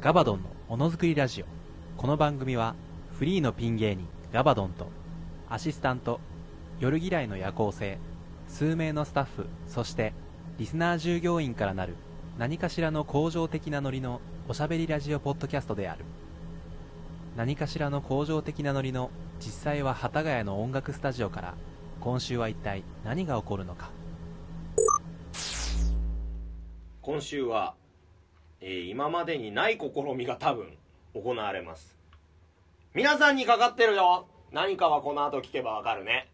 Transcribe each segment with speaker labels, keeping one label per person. Speaker 1: ガバドンのものづくりラジオこの番組はフリーのピン芸人ガバドンとアシスタント夜嫌いの夜行性数名のスタッフそしてリスナー従業員からなる何かしらの向上的なノリのおしゃべりラジオポッドキャストである何かしらの向上的なノリの実際は幡ヶ谷の音楽スタジオから今週は一体何が起こるのか
Speaker 2: 今週は、えー今までにない試みが多分行われます皆さんにかかってるよ何かはこの後聞けばわかるね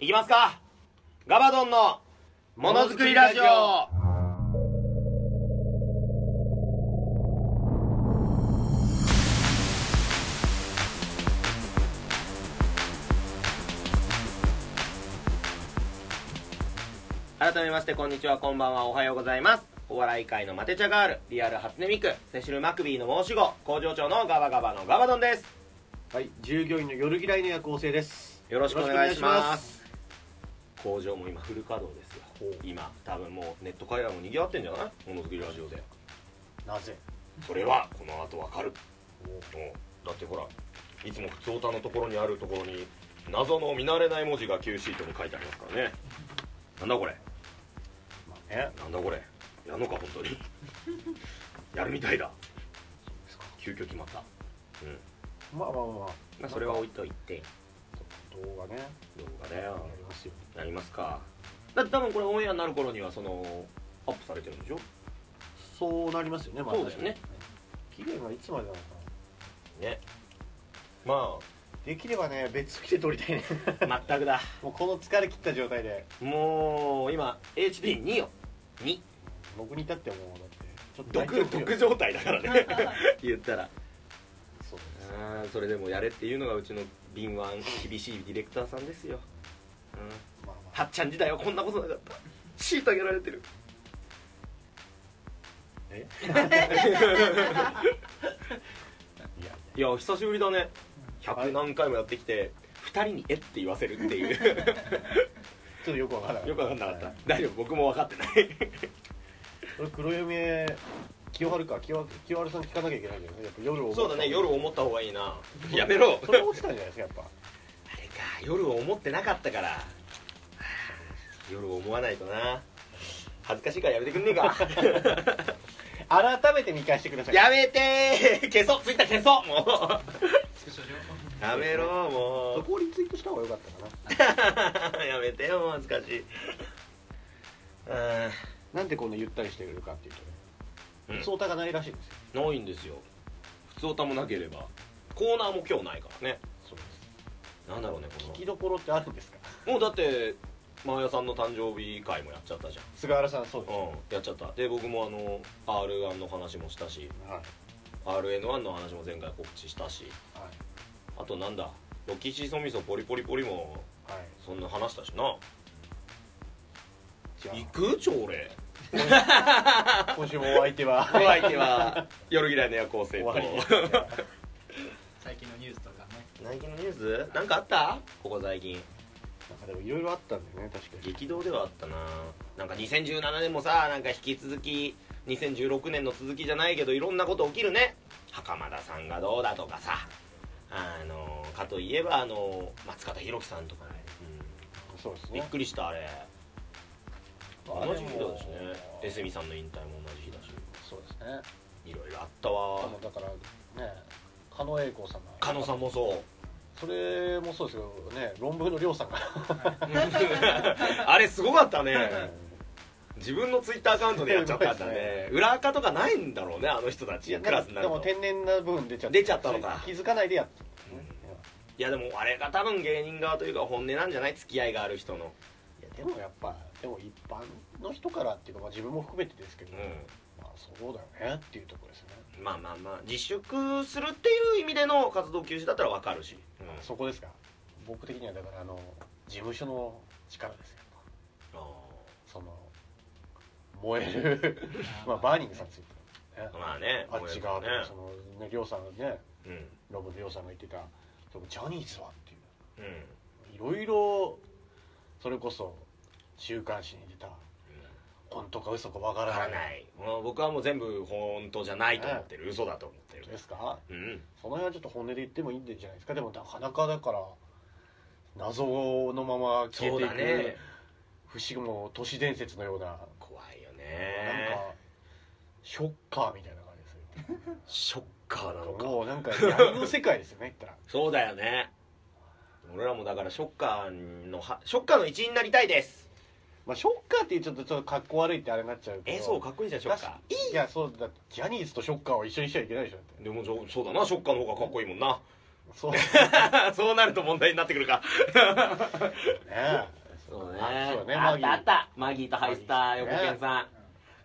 Speaker 2: いきますかガバドンのものづくりラジオ改めましてこんにちはこんばんはおはようございますお笑い界のマテ茶ガールリアル初音ミクセシル・マクビーの申し子工場長のガバガバのガバドンです
Speaker 3: はい、従業員の夜嫌いの夜行性です。
Speaker 2: よろしくお願いしま
Speaker 3: よ
Speaker 2: す工場も今フル稼働ですよ今多分もうネット会話も賑わってんじゃないものづくりラジオで
Speaker 3: ろしくお願いします。なぜ
Speaker 2: それはこの後わかるだってほらいつも普通オタのところにあるところに謎の見慣れない文字が Q シートに書いてありますからねなんだこれ
Speaker 3: まあね、
Speaker 2: なんだこれやんのか本当 にやるみたいだ急遽決まったうん
Speaker 3: まあまあまあまあ、
Speaker 2: まあそれは置いといて
Speaker 3: 動画ね、
Speaker 2: 動画だよ
Speaker 3: やりますよ。
Speaker 2: やりますかだって多分これオンエアになる頃にはそのアップされてるんでしょ
Speaker 3: そうなりますよね、まあ
Speaker 2: そうですね。
Speaker 3: 期限はいつまでなのか
Speaker 2: ねま
Speaker 3: な。できればね、別機で撮りたいね。
Speaker 2: あ 全くだ
Speaker 3: もうこの疲れ切った状態で、
Speaker 2: もう今 HP2 よ2
Speaker 3: 僕に至ってはもうだって、ちょっ泣い
Speaker 2: 毒
Speaker 3: てる
Speaker 2: 毒状態だから ね言ったら
Speaker 3: そうです。
Speaker 2: あーそれでもやれっていうのがうちの敏腕厳しいディレクターさんですよ、うん、
Speaker 3: まあま
Speaker 2: はっちゃん時代はこんなことなかった虐げられてる
Speaker 3: えあ、いや、
Speaker 2: いや久しぶりだね
Speaker 3: は
Speaker 2: 100
Speaker 3: い
Speaker 2: 何回もやってきて2人に「えっ?」て言わせるっていう
Speaker 3: ちょっとよくわからない。
Speaker 2: よく分かんなかった、
Speaker 3: はい
Speaker 2: 大丈夫僕も分かってない
Speaker 3: これ黒嫁、清春か、清春清春さん聞かなきゃいけないけどね、やっぱ夜思った
Speaker 2: そうだね夜思った方がいいな やめろ
Speaker 3: それ落ちたんじゃないですか、やっぱ。
Speaker 2: あれか夜を思ってなかったからはあ夜を思わないとな恥ずかしいからやめてくんねえか
Speaker 3: 改めて見返してください
Speaker 2: やめてー消 そうツイッター消そうもうやめろ
Speaker 3: そ
Speaker 2: も
Speaker 3: こをリツイートした方が良かったか
Speaker 2: う やめてよもう恥ずかしいあ
Speaker 3: ななんでこんなゆったりしてるかっていうとね
Speaker 2: うん
Speaker 3: 相談がないらしいんですよ
Speaker 2: ーないんですよ普通歌もなければコーナーも今日ないからね
Speaker 3: そうです
Speaker 2: なんだろうね
Speaker 3: 聞
Speaker 2: こ
Speaker 3: きどころってあるんですか
Speaker 2: のもうだって真矢さんの誕生日会もやっちゃったじゃん
Speaker 3: 菅原さんそうです、
Speaker 2: うんやっちゃったで僕もあの R1 の話もしたし
Speaker 3: はい
Speaker 2: RN1 の話も前回告知したし
Speaker 3: はい
Speaker 2: あとなんだロキシソミソポリポリポリも
Speaker 3: はい
Speaker 2: そんな話したしな
Speaker 3: じゃ
Speaker 2: 行く朝礼
Speaker 3: あ今週もお相手は
Speaker 2: お相手は夜嫌いの夜行性
Speaker 3: 終
Speaker 2: と
Speaker 3: わりですじゃあ
Speaker 4: 最近のニュースとかね
Speaker 2: 最近のニュースなんかあったここ最近
Speaker 3: なんかでもいろいろあったんだよね確かに
Speaker 2: 激動ではあったななんか2017年もさなんか引き続き2016年の続きじゃないけどいろんなこと起きるね袴田さんがどうだとかさあのかといえばあの松方弘樹さんとかね、
Speaker 3: そうです
Speaker 2: うん、びっ
Speaker 3: ね
Speaker 2: くりしたあれ
Speaker 3: あれ
Speaker 2: 同じ日だしね
Speaker 3: も
Speaker 2: エスミさんの引退も同じ日だし
Speaker 3: そうですね
Speaker 2: いろいろあった
Speaker 3: あ
Speaker 2: わ
Speaker 3: のだからね狩野英孝さんが
Speaker 2: 加野さんもそう
Speaker 3: それもそうですけどね論文の亮さんが
Speaker 2: あれすごかったね自分のツイッターアカウントでやっちゃったんだね
Speaker 3: すごい で
Speaker 2: 裏垢とかないんだろうねあの人た
Speaker 3: い
Speaker 2: ち
Speaker 3: や
Speaker 2: クラスにな
Speaker 3: で
Speaker 2: る
Speaker 3: も
Speaker 2: と
Speaker 3: 天然な部分出ちゃって
Speaker 2: 出ちゃったのか
Speaker 3: 気づかないでやってたね
Speaker 2: いやでもあれが多分芸人側というか本音なんじゃない付き合いがある人の
Speaker 3: いやでもやっぱでも一般の人からっていうか、まあ、自分も含めてですけど、
Speaker 2: う
Speaker 3: まあそうだよねっていうところですね、
Speaker 2: んまあまあまあ自粛するっていう意味での活動休止だったら分かるし、うん
Speaker 3: そこですか僕的にはだからあの事務所の力ですよやっ
Speaker 2: あ
Speaker 3: ぱその燃える まあバーニングさんについてね
Speaker 2: ーまあね
Speaker 3: あっち側と
Speaker 2: ね
Speaker 3: かそのね亮さんがね
Speaker 2: うんうん
Speaker 3: ロブの亮さんが言ってたそのジャニーズはっていういろいろそれこそ週刊誌に出た本当か嘘かわか
Speaker 2: 分
Speaker 3: ら
Speaker 2: から
Speaker 3: ない
Speaker 2: ないもう僕はもう全部本当じゃないと思ってる、嘘だと思ってる
Speaker 3: 当ですか
Speaker 2: うん
Speaker 3: その辺はちょっと本音で言ってもいいんじゃないですかでもなかなかだから謎のまま消
Speaker 2: そうだ
Speaker 3: えてい
Speaker 2: ね
Speaker 3: く不思議も都市伝説のような、
Speaker 2: 怖いよ
Speaker 3: なん
Speaker 2: ね
Speaker 3: かショッカーみたいな感じですよ
Speaker 2: ショッカーなのか
Speaker 3: もうなんか闇の世界ですよね言っ
Speaker 2: そうだよね俺らもだからショッカーのはショッカーの一員になりたいです
Speaker 3: まあショッカーっていうちょっとちょっと格好悪いってあれになっちゃうけど
Speaker 2: えそうかっこいいじゃんショッカ
Speaker 3: だしいやそうだってジャニーズとショッカーを一緒にしちゃいけないでしょだって
Speaker 2: ーでもそうそうだなショッカーの方がかっこいいもん な
Speaker 3: そうね
Speaker 2: そうなると問題になってくるかそうね
Speaker 3: あそうね
Speaker 2: あ
Speaker 3: マ
Speaker 2: っ
Speaker 3: ギー
Speaker 2: たあったマギーとハイスター
Speaker 3: マギー
Speaker 2: 横
Speaker 3: ね
Speaker 2: 剣さん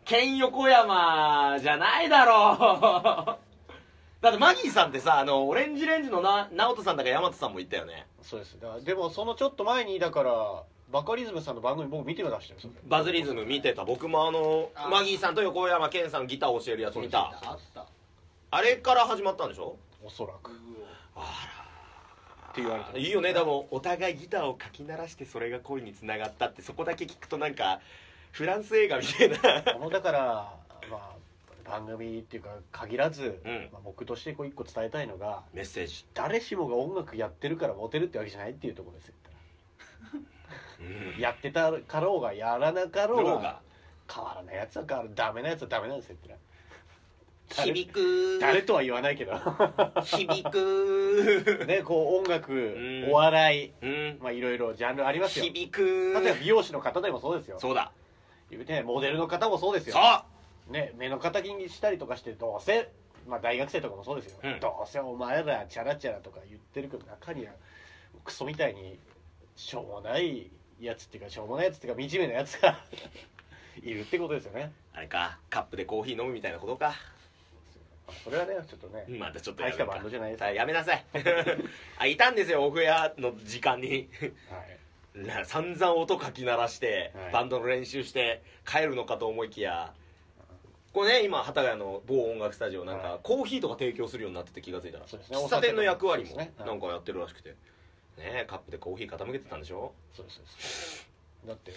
Speaker 2: 剣横山じゃないだろう だってマギーさんってさあのオレンジレンジのな直人さんだか大和さんも言ったよね
Speaker 3: そうですだからでもそのちょっと前にだからバカリズムさんの番組僕見てましたよそれ
Speaker 2: バズリズム見てた僕もあの
Speaker 4: あ
Speaker 2: マギーさんと横山健さんギター教えるやつ見た
Speaker 4: あった
Speaker 2: あれから始まったんでしょ
Speaker 3: おそらく
Speaker 4: う
Speaker 3: って言われて
Speaker 2: いいよねでもお互いギターをかき鳴らしてそれが恋につながったってそこだけ聞くとなんかフランス映画みたいな
Speaker 3: このだから、まあ、番組っていうか限らず、
Speaker 2: うん
Speaker 3: まあ、僕としてこう一個伝えたいのが
Speaker 2: メッセージ
Speaker 3: 誰しもが音楽やってるからモテるってわけじゃないっていうところですよやってたかろうがやらなかろう
Speaker 2: の
Speaker 3: が
Speaker 2: 方が
Speaker 3: 変わらないやつは変わるダメなやつはダメなんですよって誰
Speaker 2: 響く
Speaker 3: 誰とは言わない けど
Speaker 2: 響 く
Speaker 3: ねこう音楽、
Speaker 2: ん
Speaker 3: お笑
Speaker 2: うん
Speaker 3: いまあいろいろジャンルありますよ
Speaker 2: 響く
Speaker 3: 例えば美容師の方でもそうですよ
Speaker 2: そうだ
Speaker 3: 言うてねモデルの方もそうですよ
Speaker 2: そう
Speaker 3: ね、目の敵にしたりとかしてどうせ、まあ、大学生とかもそうですよ、
Speaker 2: うん
Speaker 3: どうせお前らチャラチャラとか言ってるけど中にはクソみたいにしょうもないやつっていうかしょうもないやつっていうか惨めなやつが いるってことですよね
Speaker 2: あれかカップでコーヒー飲むみたいなことか
Speaker 3: それはねちょっとね、
Speaker 2: またちょっと
Speaker 3: 大
Speaker 2: や
Speaker 3: した
Speaker 2: め
Speaker 3: バンドじゃないです、
Speaker 2: たやめなさい あいたんですよオフェアの時間に
Speaker 3: はい
Speaker 2: な散々音かき鳴らして、
Speaker 3: はい
Speaker 2: バンドの練習して帰るのかと思いきやこれね今幡ヶ谷の某音楽スタジオなんか、
Speaker 3: はい
Speaker 2: コーヒーとか提供するようになってて気が付いたら、
Speaker 3: そうですね
Speaker 2: 喫茶店の役割
Speaker 3: そ
Speaker 2: も
Speaker 3: うですねはい
Speaker 2: なんかやってるらしくてねえカップでコーヒー傾けてたんでしょ
Speaker 3: そうですそうですだって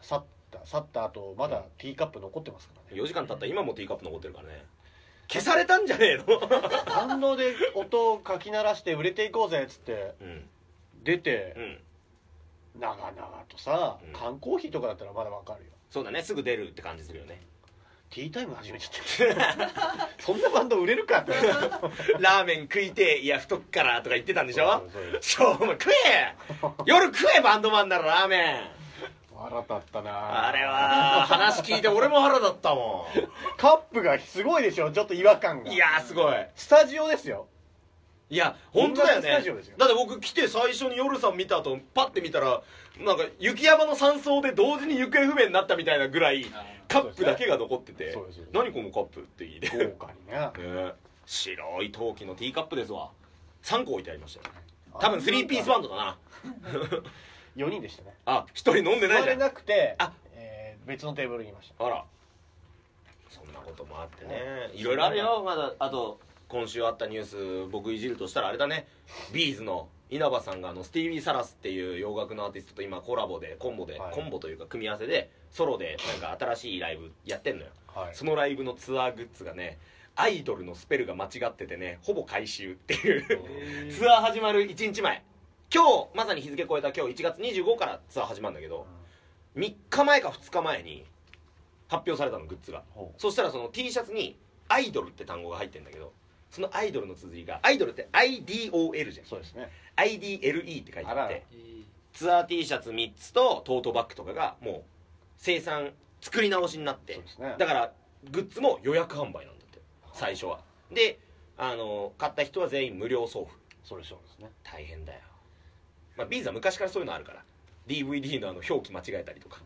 Speaker 3: 去った去った後まだティーカップ残ってますからね
Speaker 2: 4時間経ったら今もティーカップ残ってるからね消されたんじゃねえの
Speaker 3: バンドで音をかき鳴らして売れていこうぜっつって
Speaker 2: うん
Speaker 3: 出て
Speaker 2: う、ん
Speaker 3: 長々とさ、
Speaker 2: うん
Speaker 3: 缶コーヒーとかだったらまだわかるよ
Speaker 2: そうだねすぐ出るって感じするよ ね
Speaker 3: ティータイム始めちゃって そんなバンド売れるかって
Speaker 2: ラーメン食いてえいや太っからとか言ってたんでしょ
Speaker 3: そうそう
Speaker 2: し ょうも食え夜食えバンドマンならラーメン
Speaker 3: 腹立ったな
Speaker 2: あれは話聞いて俺も腹だったも
Speaker 3: カップがすごいでしょちょっと違和感が
Speaker 2: んいやーすごい
Speaker 3: スタジオですよ
Speaker 2: いや本当だよ
Speaker 3: 音楽スタ
Speaker 2: ね
Speaker 3: ジオですよ
Speaker 2: だって僕来て最初に夜さん見た後パッて見たらなんか雪山の山荘で同時に行方不明になったみたいなぐらい
Speaker 4: あ
Speaker 2: カップだけが残ってて、
Speaker 3: そうですね
Speaker 2: 何このカップって言いで、ね
Speaker 3: 豪華にね
Speaker 2: え白い陶器のティーカップですわ3個置いてありましたよ多分3ピースバンドだな
Speaker 3: 4人でしたね
Speaker 2: あ一人飲んでないじ
Speaker 3: 座
Speaker 2: ゃ
Speaker 3: れ
Speaker 2: ん
Speaker 3: なくて
Speaker 2: あ
Speaker 3: えー別のテーブルにいました
Speaker 2: あらそんなこともあってねいろいろあるよまだあと今週あったニュース僕いじるとしたらあれだねビーズの稲葉さんがあのスティービー・サラスっていう洋楽のアーティストと今コラボでコンボで、
Speaker 3: はい
Speaker 2: コンボというか組み合わせでソロでなんか新しいライブやってんのよ
Speaker 3: はい
Speaker 2: そのライブのツアーグッズがねアイドルのスペルが間違っててねほぼ回収っていう
Speaker 4: ー
Speaker 2: ツアー始まる1日前今日まさに日付超えた今日1月25からツアー始まるんだけど3日前か2日前に発表されたのグッズが
Speaker 3: ほう
Speaker 2: そしたらその T シャツに「アイドル」って単語が入ってんだけどそのアイドルの綴りがアイドルって IDOL じゃん
Speaker 3: そうですね
Speaker 2: IDLE って書いてあ
Speaker 3: あ
Speaker 2: っ
Speaker 3: ら
Speaker 2: てツアー T シャツ3つとトートバッグとかがもう生産作り直しになって
Speaker 3: そうですね
Speaker 2: だからグッズも予約販売なんだって最初はであの買った人は全員無料送付
Speaker 3: それそうですね
Speaker 2: 大変だよ、まあ、ビーズは昔からそういうのあるから DVD のあの表記間違えたりとか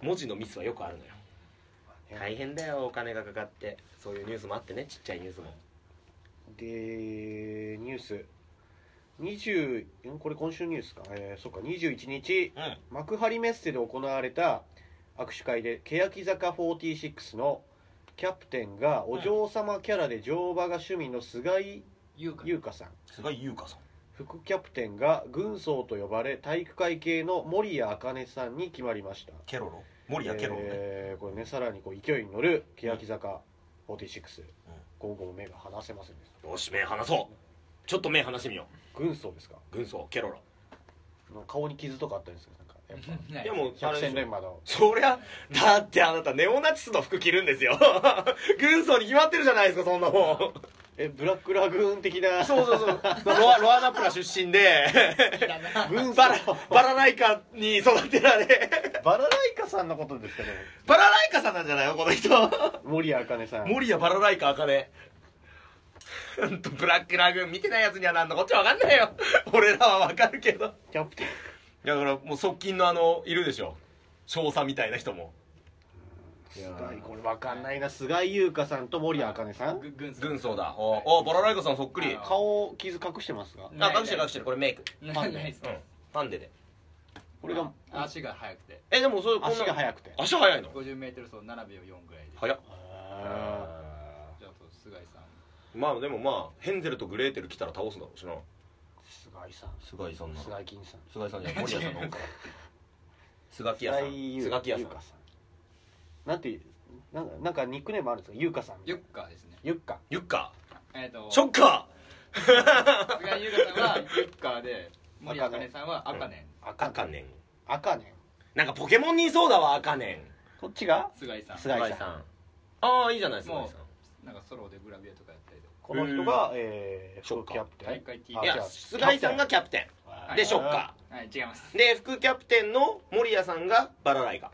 Speaker 2: 文字のミスはよくあるのよ大変だよお金がかかってそういうニュースもあってねちっちゃいニュースも
Speaker 3: でニュース20んこれ今週ニュースかえー、そっか21日
Speaker 2: うん
Speaker 3: 幕張メッセで行われた握手会で欅坂46のキャプテンがお嬢様キャラで乗馬が趣味の菅井
Speaker 4: 優香
Speaker 3: 優香さん
Speaker 2: すごい優香さん
Speaker 3: 副キャプテンが軍曹と呼ばれ体育会系の守谷茜さんに決まりました
Speaker 2: ケロロ森谷ケロロね、
Speaker 3: えーこれねさらにこう勢いに乗る欅坂46、
Speaker 2: うん
Speaker 3: 午後目が離せませんでした
Speaker 2: よし目離そうちょっと目離してみよ
Speaker 3: 軍曹ですか
Speaker 2: う軍曹ケロロ
Speaker 3: の顔に傷とかあったんですよなんかやっぱ
Speaker 4: ね
Speaker 2: でもあ
Speaker 3: 百
Speaker 2: れでし
Speaker 3: 戦
Speaker 2: ょ
Speaker 3: 錬磨の
Speaker 2: そりゃだってあなたネオナチスの服着るんですよ 軍曹に決まってるじゃないですかそんなもん
Speaker 3: えブラックラグーン的な
Speaker 2: そうそうそう ロアロアナプラ出身 で
Speaker 4: だな
Speaker 3: 軍曹
Speaker 2: バラバラライカに育てられ
Speaker 3: バラライカさんのことですかね
Speaker 2: バラライカさんなんじゃないのこの人
Speaker 3: 森あかねさん
Speaker 2: 森谷バラライカ茜ほんと ブラックラグーン見てないやつには何のこっちゃ分かんないよ 俺らは分かるけど
Speaker 3: キャプテン
Speaker 2: だからもう側近のあのいるでしょ少佐みたいな人も
Speaker 3: 菅井これわかんないな菅井優香さんと森あかねさん
Speaker 4: ぐ軍曹
Speaker 2: 軍曹だおおバラライカさんそっくり
Speaker 4: あ
Speaker 3: 顔傷隠してますが
Speaker 2: あ隠してる隠してるこれメイク
Speaker 4: ないないです
Speaker 2: うんなんでで
Speaker 3: これが
Speaker 4: 足が速くて
Speaker 2: えでもそれこんな
Speaker 3: 足が速くて
Speaker 2: 足速いの
Speaker 4: 50m 走7秒4ぐらいで
Speaker 2: 速っ
Speaker 3: あ
Speaker 4: じゃああと菅井さん
Speaker 2: まあでもまあヘンゼルとグレーテル来たら倒すんだろうしな
Speaker 3: ー菅井さん
Speaker 2: 菅井さんな
Speaker 3: 菅井金さん
Speaker 2: 菅井さんじゃない森谷さんの方から 菅木屋さん
Speaker 3: 菅井優
Speaker 2: 菅木屋さ
Speaker 3: 優
Speaker 2: ん
Speaker 3: 香さんなんてなんかなんかニックネームあるんですか優香さん
Speaker 4: ユッカーですね
Speaker 3: ゆっか
Speaker 2: ユッカ
Speaker 4: えっと
Speaker 2: ショッカ
Speaker 4: 菅井優香さ んはユッカーで森あかねさんはあかね
Speaker 3: あ
Speaker 2: ー
Speaker 3: か
Speaker 2: あかねん
Speaker 3: あかね
Speaker 2: なんかポケモンにいそうだわあかね
Speaker 3: こっちが
Speaker 4: ん菅井さん
Speaker 2: ん
Speaker 3: 菅井さん
Speaker 2: んああいいじゃない菅井
Speaker 4: も
Speaker 2: さん
Speaker 4: うなんかソロでグラビアとかやったりとか
Speaker 3: この人が、えー、
Speaker 2: そっ
Speaker 3: 副
Speaker 2: か
Speaker 3: キャプテン
Speaker 4: 大会 T
Speaker 3: あ
Speaker 2: い
Speaker 3: じゃ
Speaker 2: や
Speaker 3: あ
Speaker 2: 菅井さんがキャプテン
Speaker 4: はい
Speaker 2: でショッカ
Speaker 4: はい違います
Speaker 2: ーで副キャプテンの森谷さんがバラライカ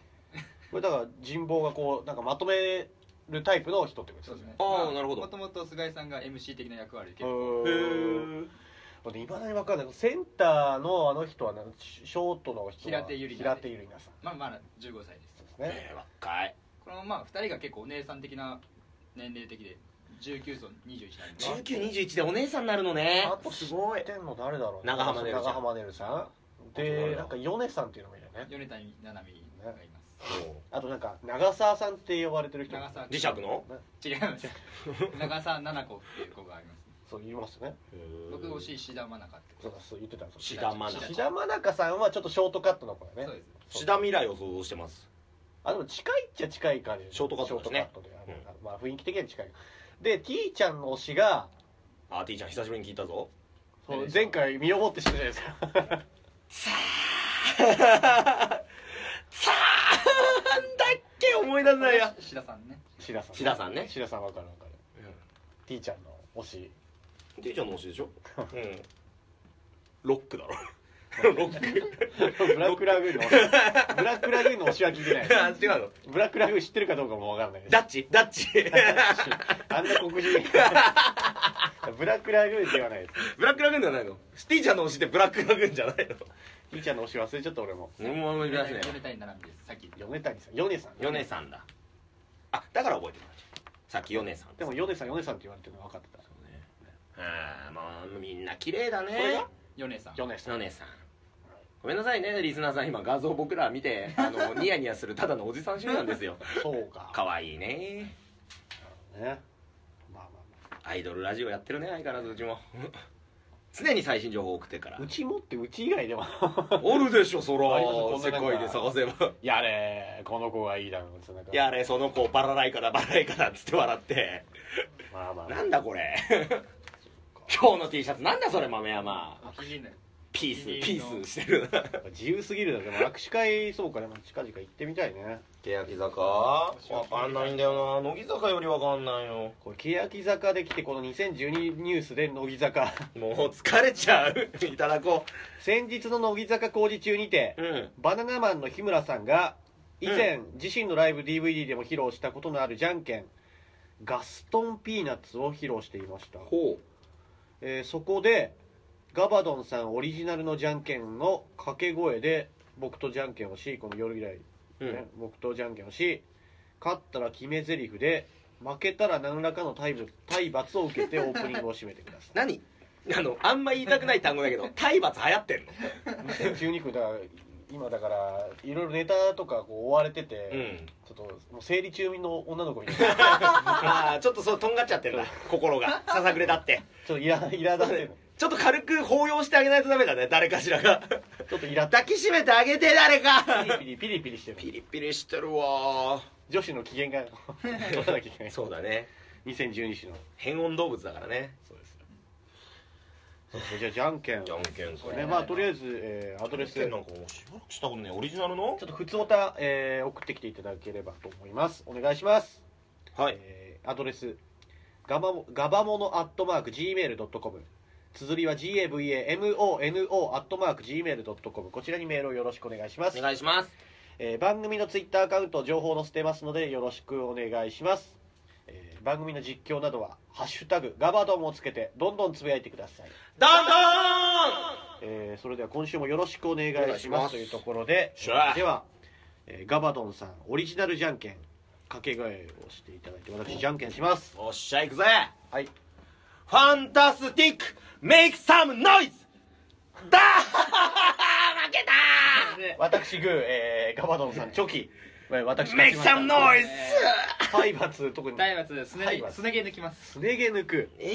Speaker 3: これだから人望がこうなんかまとめるタイプの人ってことです
Speaker 4: そう
Speaker 3: よ
Speaker 4: ですね
Speaker 3: ね
Speaker 2: あーなるほど
Speaker 4: もともと菅井さんが MC 的な役割で
Speaker 3: う
Speaker 4: 結構
Speaker 3: ーんいまだに分かんないセンターのあの人はなんかシショートの人は
Speaker 4: 平手友梨
Speaker 3: 平
Speaker 4: 奈
Speaker 3: 手友梨奈さん
Speaker 4: まあまあ15歳です
Speaker 3: ですね
Speaker 2: えー若い
Speaker 4: このまあ2人が結構お姉さん的な年齢的で19と21なんで
Speaker 2: 1921でお姉さんになるのね
Speaker 3: あとすごいてんの誰だろう
Speaker 2: 長浜ねるちゃん
Speaker 3: 長浜ねるさん
Speaker 2: 誰
Speaker 3: で
Speaker 2: だ
Speaker 3: なんか米さんっていうのもいるよね
Speaker 4: 米谷七海がいま
Speaker 3: あとなんか長澤さんって呼ばれてる
Speaker 4: す
Speaker 3: 人も
Speaker 4: 長澤
Speaker 2: 磁石の
Speaker 4: 違 います長澤七子っていう子がいます
Speaker 3: そう言いますよね
Speaker 4: 僕推し石田真中って
Speaker 3: そうだそう言ってたそう
Speaker 2: 志田真
Speaker 4: 志
Speaker 2: 奈
Speaker 3: 志田真中さんはちょっとショートカットの子だ
Speaker 4: そ
Speaker 3: よ
Speaker 4: う
Speaker 3: ね
Speaker 4: です
Speaker 2: 志田未来を想像してます
Speaker 3: あでも近いっちゃ近い感じ
Speaker 2: ショートカットですね
Speaker 3: ショートカットであのまあ雰囲気的には近いで T ちゃんの推しが
Speaker 2: あー T ちゃん久しぶりに聞いたぞ
Speaker 3: そう前回身をもってしてたじゃないですか
Speaker 2: さあなんだっけ思い出せないや
Speaker 4: 志田さんね
Speaker 3: 志田さん
Speaker 2: 志田さんね
Speaker 3: 志田さんわかるわかる T ちゃんの推し
Speaker 2: T ちゃんの推しで しょうんロックだ ろロック
Speaker 3: ブラックラグー ンの推しブラックラグーンの推しは聞いてない
Speaker 2: あ違うの
Speaker 3: ブラックラグーン知ってるかどうかもわかんないです
Speaker 2: ダッチダ ッチ
Speaker 3: あんな黒人ブラックラグーンではないです
Speaker 2: ブラックラグーンじゃないのスティーちゃんの推しってブラックラグーンじゃないの
Speaker 3: T ちゃんの推し忘れちゃった俺も
Speaker 2: 俺も思い出せない
Speaker 4: 米谷七海ですさっき
Speaker 3: 米谷さん米さん
Speaker 2: ヨネさんだあだから覚えてるさっきヨネさん
Speaker 3: でも米さん米さんって言われてるの分かってた
Speaker 2: ああまあみんな綺麗だ
Speaker 3: これ
Speaker 2: ね
Speaker 3: が
Speaker 4: 米さん
Speaker 3: 米さん
Speaker 2: ヨネさんごめんなさいねリスナーさん今画像僕ら見てあ のニヤニヤするただのおじさん集団 ですよ
Speaker 3: そうか
Speaker 2: 可愛いね
Speaker 3: ねまあまあま
Speaker 2: アイドルラジオやってるね相変わらずうちも 常に最新情報送ってるから
Speaker 3: あうちもってうち以外でも
Speaker 2: おるでしょそ
Speaker 3: あります
Speaker 2: ら
Speaker 3: こんななんか
Speaker 2: せば
Speaker 3: やれこの子がいいだろうつなが
Speaker 2: やれその子バラライカだバラライカだっつって笑って
Speaker 3: まあまあまあ
Speaker 2: なんだこれ 今日の T シャツなんだそれ豆山
Speaker 4: お気に入りの
Speaker 2: ピース
Speaker 4: いい
Speaker 2: ピ
Speaker 4: の
Speaker 2: ースしてるな
Speaker 3: 自由すぎるだでも握手会そうかでも近々行ってみたいね
Speaker 2: 欅坂わかんないんだよな乃木坂よりわかんないよ
Speaker 3: これ欅坂で来てこの2012ニュースで乃木坂
Speaker 2: もう疲れちゃういただこ
Speaker 3: 先日の乃木坂工事中にて
Speaker 2: ううん
Speaker 3: バナナマンの日村さんが以前、自身のライブ DVD でも披露したことのあるじゃんけんガストンピーナッツを披露していました、
Speaker 2: ほ
Speaker 3: えーそこでガバドンさんオリジナルのじゃんけんの掛け声で僕とじゃんけんをしこの夜以来、
Speaker 2: う
Speaker 3: ね僕とじゃんけんをし勝ったら決め台詞で負けたら何らかの体罰体罰を受けてオープニングを締めてください
Speaker 2: 何あのあんま言いたくない単語だけど体罰流行ってんの
Speaker 3: 2012区だから今だからいろいろネタとかこう追われてて、
Speaker 2: うん
Speaker 3: ちょっともう生理中の女の子みたいなちょ
Speaker 2: ああちょっとそうとんがっちゃってんだ心がささくれだって
Speaker 3: っとイライラだって
Speaker 2: ちょっと軽く抱擁してあげないとダメだね誰かしらが
Speaker 3: ちょっとイラ
Speaker 2: 抱きしめてあげて誰か
Speaker 3: ピリピリピリピリしてる
Speaker 2: ピリピリしてるわ
Speaker 3: 女子の機嫌が女子の機嫌
Speaker 2: そうだね
Speaker 3: 2012種の
Speaker 2: 変音動物だからね
Speaker 3: そうですそうですねじゃあじゃんけん
Speaker 2: じゃんけん
Speaker 3: そうねまあとりあえず、えーア
Speaker 2: ア
Speaker 3: ドレスち
Speaker 2: な
Speaker 3: ょ
Speaker 2: んかもうしばらくしたことねオリジナルの
Speaker 3: っと普通おた、えー送ってきていただければと思いますお願いします、
Speaker 2: はい
Speaker 3: えーアドレスガバモガバモノアットマーク Gmail.com 綴りは GAVAMONO アットマーク Gmail.com こちらにメールをよろしくお願いします
Speaker 2: お願いします
Speaker 3: えー番組のツイッターアカウント情報を載せてますのでよろしくお願いします、えー番組の実況などは「ハッシュタグガバドン」をつけてどんどんつぶやいてください、
Speaker 2: どんど
Speaker 3: えーそれでは今週もよろしくお願い
Speaker 2: お願い
Speaker 3: し
Speaker 2: し
Speaker 3: ま
Speaker 2: ますす
Speaker 3: というところで、
Speaker 2: しゃあ
Speaker 3: では、えーガバドンさんオリジナルじゃんけん掛け声をしていただいて私じゃんけんします
Speaker 2: んおっしゃいくぜ
Speaker 3: はい
Speaker 2: ファンタスティックメイクサムノイズだー負けた
Speaker 3: 私グー、えーガバドンさんチョキえー私
Speaker 2: ーメイクサムノイズ
Speaker 3: ズ体罰特に
Speaker 4: 大罰す
Speaker 3: は
Speaker 4: ね
Speaker 3: い
Speaker 4: すね毛抜きます
Speaker 3: すね毛抜く
Speaker 2: え